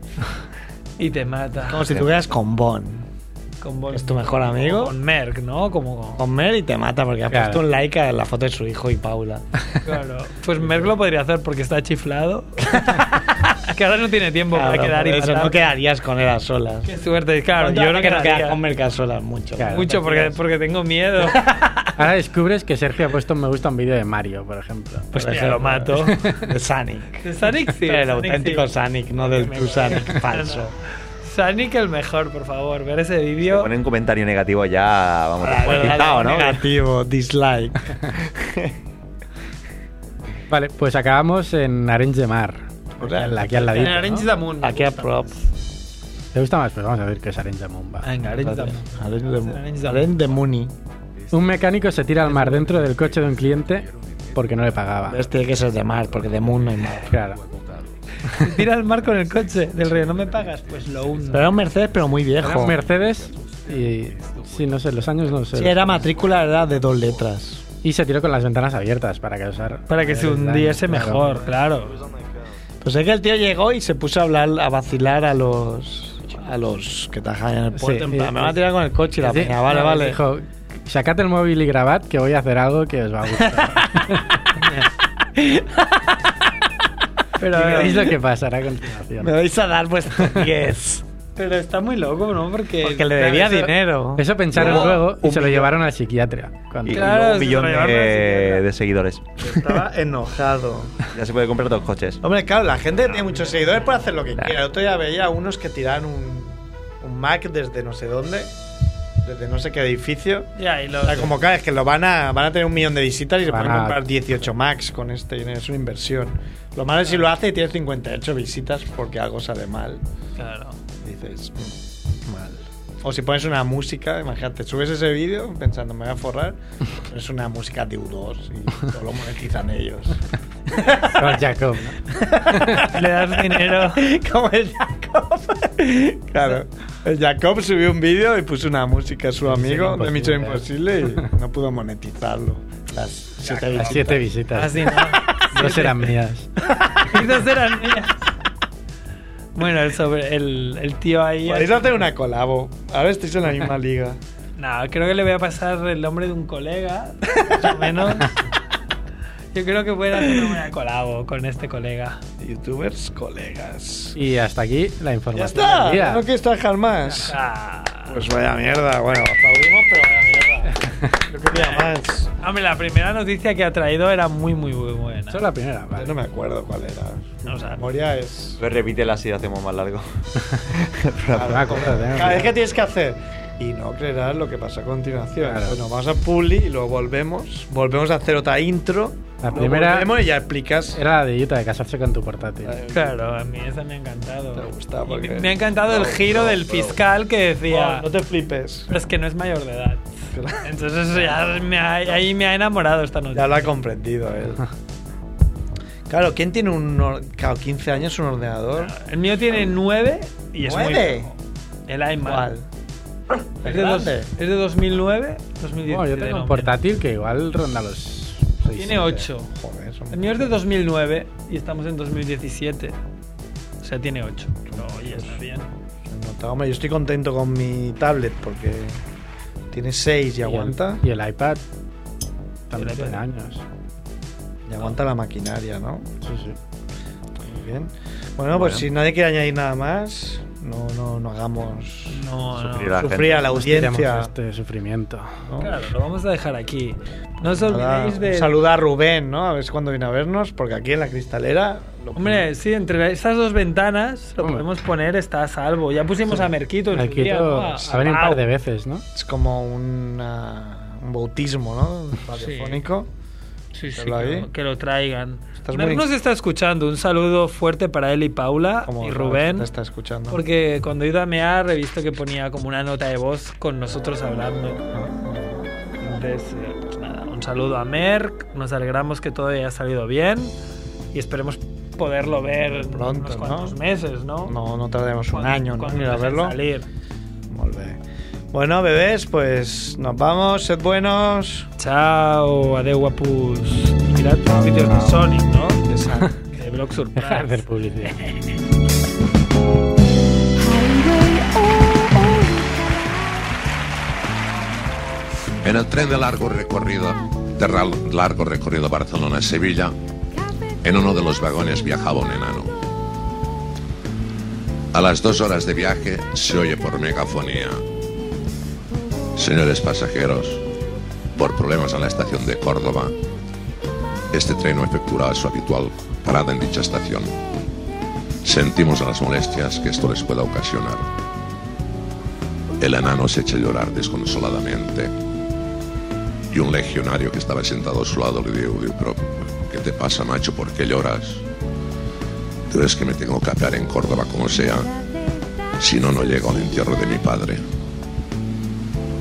Y te mata. Como si tuvieras con Bon. Con Bon- ¿Es tu mejor amigo? Oh. Con Merck, ¿no? Como, Con Mer y te mata porque ha Claro. puesto un like a la foto de su hijo y Paula. claro. Pues Merck lo podría hacer porque está [LAUGHS] chiflado. [LAUGHS] que ahora no tiene tiempo Claro, para quedar y por eso matar. no quedarías con él a solas. Qué suerte, claro. ¿Cuánta Yo no gente no quedaría quedas con Merca a solas mucho. mucho porque, porque tengo [LAUGHS] miedo. Ahora descubres que Sergio ha puesto un me gusta a un vídeo de Mario, por ejemplo. Pues ya lo mato. [LAUGHS] De Sonic. Sonic sí. Pero el Sonic auténtico sí. Sonic, no del Me tu acuerdo. [LAUGHS] Sonic falso. Sonic el mejor, por favor. Ver ese Te vídeo. Ponen un comentario negativo ya, vamos, Bueno, pintado, ¿no? Negativo, dislike. Vale, pues acabamos en Arenys de Mar. Aquí al ladito. En ¿no? Orange the Moon. Aquí a prop. ¿Te gusta más? Pues vamos a ver qué es Arenys de Moon. va. Ah, Venga, Orange the Moon. Aren de- Aren de Muni. Un mecánico se tira al mar dentro del coche de un cliente porque no le pagaba. Este tiene que ser de mar, porque de Moon no hay mar. Claro. Se tira al mar con el coche del río. ¿No me pagas? Pues lo hundo. Pero era un Mercedes, pero muy Era viejo. un Mercedes y. Sí, no sé, los años no sé. Sí, era matrícula, era de dos letras. Y se tiró con las ventanas abiertas para causar. Para que se daño, hundiese claro. mejor, claro. Pues es que el tío llegó y se puso a hablar, a vacilar a los. a los que trabajan en el Sí, puerto. en plan, sí, me van a sí. tirar con el coche y la Sí, peña, vale, no, vale. Dijo, sacad el móvil y grabad que voy a hacer algo que os va a gustar. Pero veréis lo que pasará a Me continuación. vais a dar vuestro [LAUGHS] 10. Pero está muy loco, ¿no? Porque, Porque le debía dinero. Eso pensaron Luego, luego y un se lo millón. llevaron al psiquiatra. cuando- Y, y Claro, luego un se millón lo llevaron a la de, siguiente. de seguidores. Estaba enojado. Ya se puede comprar dos coches. Hombre, claro, la gente que tiene muchos seguidores puede hacer lo que quiera. El otro día veía unos que tiran un, un Mac desde no sé dónde, desde no sé qué edificio. Ya, y lo- O sea, como cada vez que lo van a, van a tener un millón de visitas y se Van pueden a- comprar 18 Macs con este dinero. Es una inversión. Lo malo es si lo hace y tiene 58 visitas porque algo sale mal. Claro. Dices, "Mm, mal. O si pones una música, imagínate, subes ese vídeo pensando me voy a forrar, pero es una música de U2 y todo lo monetizan ellos. [LAUGHS] Con Jacob. ¿no? Le das dinero. [LAUGHS] Como el Jacob. Claro. El Jacob subió un vídeo y puso una música a su amigo de Misión Imposible y no pudo monetizarlo. Las siete Las visitas. [LAUGHS] siete visitas. Así, ¿no? Dos eran mías. Y dos eran mías. Bueno, el, sobre, el, el tío ahí. Podéis hacer una colabo. Ahora estáis en la misma liga. [LAUGHS] No, creo que le voy a pasar el nombre de un colega, más o [LAUGHS] menos. Yo creo que puede hacer una colabo con este colega. Youtubers, colegas. Y hasta aquí la Ya información. del está. día. No quieres trabajar más. Ah, Pues vaya mierda. Bueno, aplaudimos, pero vaya mierda. Yo quería más. hombre, la primera noticia que ha traído era muy, muy, muy buena. [LAUGHS] Solo la primera, vale. Yo no me acuerdo cuál era. No, o sea, Memoria es. Pues repítela así, hacemos más [LAUGHS] largo. Pero va, corta, tenemos- Cada vez que tienes que hacer. Y no creerás lo que pasa a continuación. Claro. Bueno, vamos a Publi y luego volvemos. Volvemos a hacer otra intro. La luego primera- Volvemos y ya explicas. Era la de Utah, de casarse con tu portátil. Claro, a mí esa me ha encantado. Te ha gustado, Y porque- me- me ha encantado el giro del fiscal que decía, Oh, no te flipes. pero es que no es mayor de edad. Entonces ya me ha- ahí me ha enamorado esta noche. Ya lo ha comprendido él. Claro, ¿quién tiene un. or- Claro, 15 años un ordenador? El mío tiene nueve y es muy ¿Nueve? viejo. El iMac. ¿Cuál? Es de, dos- grande? es de 2009, 2010. Bueno, yo tengo un portátil que igual ronda los. seis, Tiene siete. 8. Joder, son- El mío es de 2009 y estamos en 2017. O sea, tiene 8. No, oye, está bien. No, hombre, yo estoy contento con mi tablet porque tiene 6 y el- aguanta. Y el iPad. También Y el tiene iPad. años. Y aguanta la maquinaria, ¿no? Sí, sí. Muy bien. Bueno, pues si nadie quiere añadir nada más, no, no, no hagamos No, no. Sufrir a la sufrir a la Tiramos audiencia. este sufrimiento. ¿no? Claro, lo vamos a dejar aquí. No os Ahora, olvidéis de. Saluda a Rubén, ¿no? A ver cuándo viene a vernos, porque aquí en la cristalera. lo- Hombre, sí, entre esas dos ventanas lo Hombre. podemos poner, está a salvo. Ya pusimos a Merquito en su Aquí día, ¿no? A- ha venido un a par Pau. de veces, ¿no? Es como una- un bautismo, ¿no? Radiofónico. Sí, sí, que Ponlo ahí. lo, que lo traigan. Estás Merck muy- nos está escuchando. Un saludo fuerte para él y Paula Como y Rafa Rubén. Te está escuchando. Porque cuando he ido a mear he visto que ponía como una nota de voz con nosotros hablando. Entonces, eh, pues nada, un saludo a Merck, nos alegramos que todo haya salido bien y esperemos poderlo ver en Pronto, unos ¿no? cuantos meses, ¿no? No, no tardaremos un Cuando- año, ¿no? cuando En ir a deje de verlo. salir. Molt bé. Bueno, bebés, pues nos vamos, sed buenos. Chao, adeu guapus. Mirad tus vídeos de Sonic, ¿no? De sang. De Blog [LAUGHS] Dejar de hacer Surprise. publicidad. Highway, oh, oh. En el tren de largo recorrido, de ral- largo recorrido Barcelona-Sevilla, en uno de los vagones viajaba un enano. A las dos horas de viaje se oye por megafonía. Señores pasajeros, por problemas en la estación de Córdoba, este tren no efectuará su habitual parada en dicha estación. Sentimos las molestias que esto les pueda ocasionar. El enano se echa a llorar desconsoladamente y un legionario que estaba sentado a su lado le dijo, dijo, "Pero, ¿qué te pasa, macho? ¿Por qué lloras? ¿Crees que me tengo que apear en Córdoba como sea? Si no, no llego al entierro de mi padre.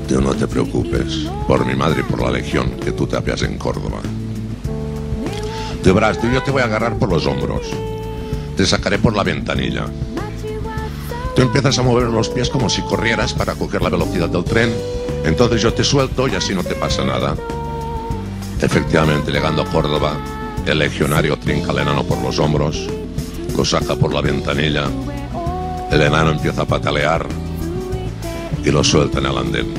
Tú no te preocupes, por mi madre y por la legión, que tú te apeas en Córdoba. Te verás, tú, yo te voy a agarrar por los hombros. Te sacaré por la ventanilla. Tú empiezas a mover los pies como si corrieras para coger la velocidad del tren. Entonces yo te suelto y así no te pasa nada. Efectivamente, llegando a Córdoba, el legionario trinca al enano por los hombros, lo saca por la ventanilla, el enano empieza a patalear y lo suelta en el andén.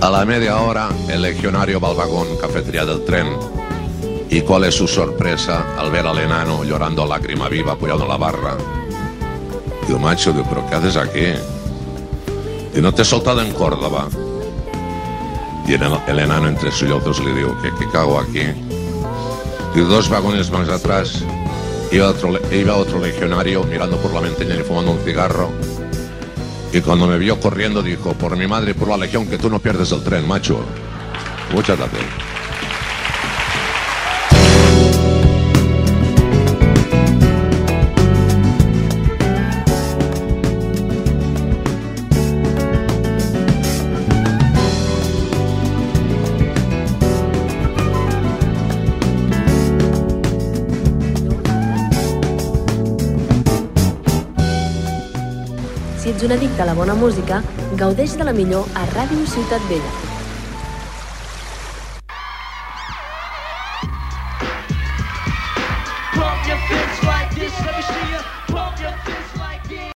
A la media hora, el legionario va al vagón cafetería del tren. ¿Y cuál es su sorpresa al ver al enano llorando a lágrima viva apoyado en la barra? Digo, macho, digo, ¿pero qué haces aquí? Y no te he soltado en Córdoba. Y el, el enano entre sollozos le digo, ¿qué, qué cago aquí? Y dos vagones más atrás iba otro, le- iba otro legionario mirando por la ventana y fumando un cigarro. Y cuando me vio corriendo dijo, por mi madre y por la legión, que tú no pierdes el tren, macho. Muchas gracias. Si ets un addicte a la bona música, gaudeix de la millor a Ràdio Ciutat Vella.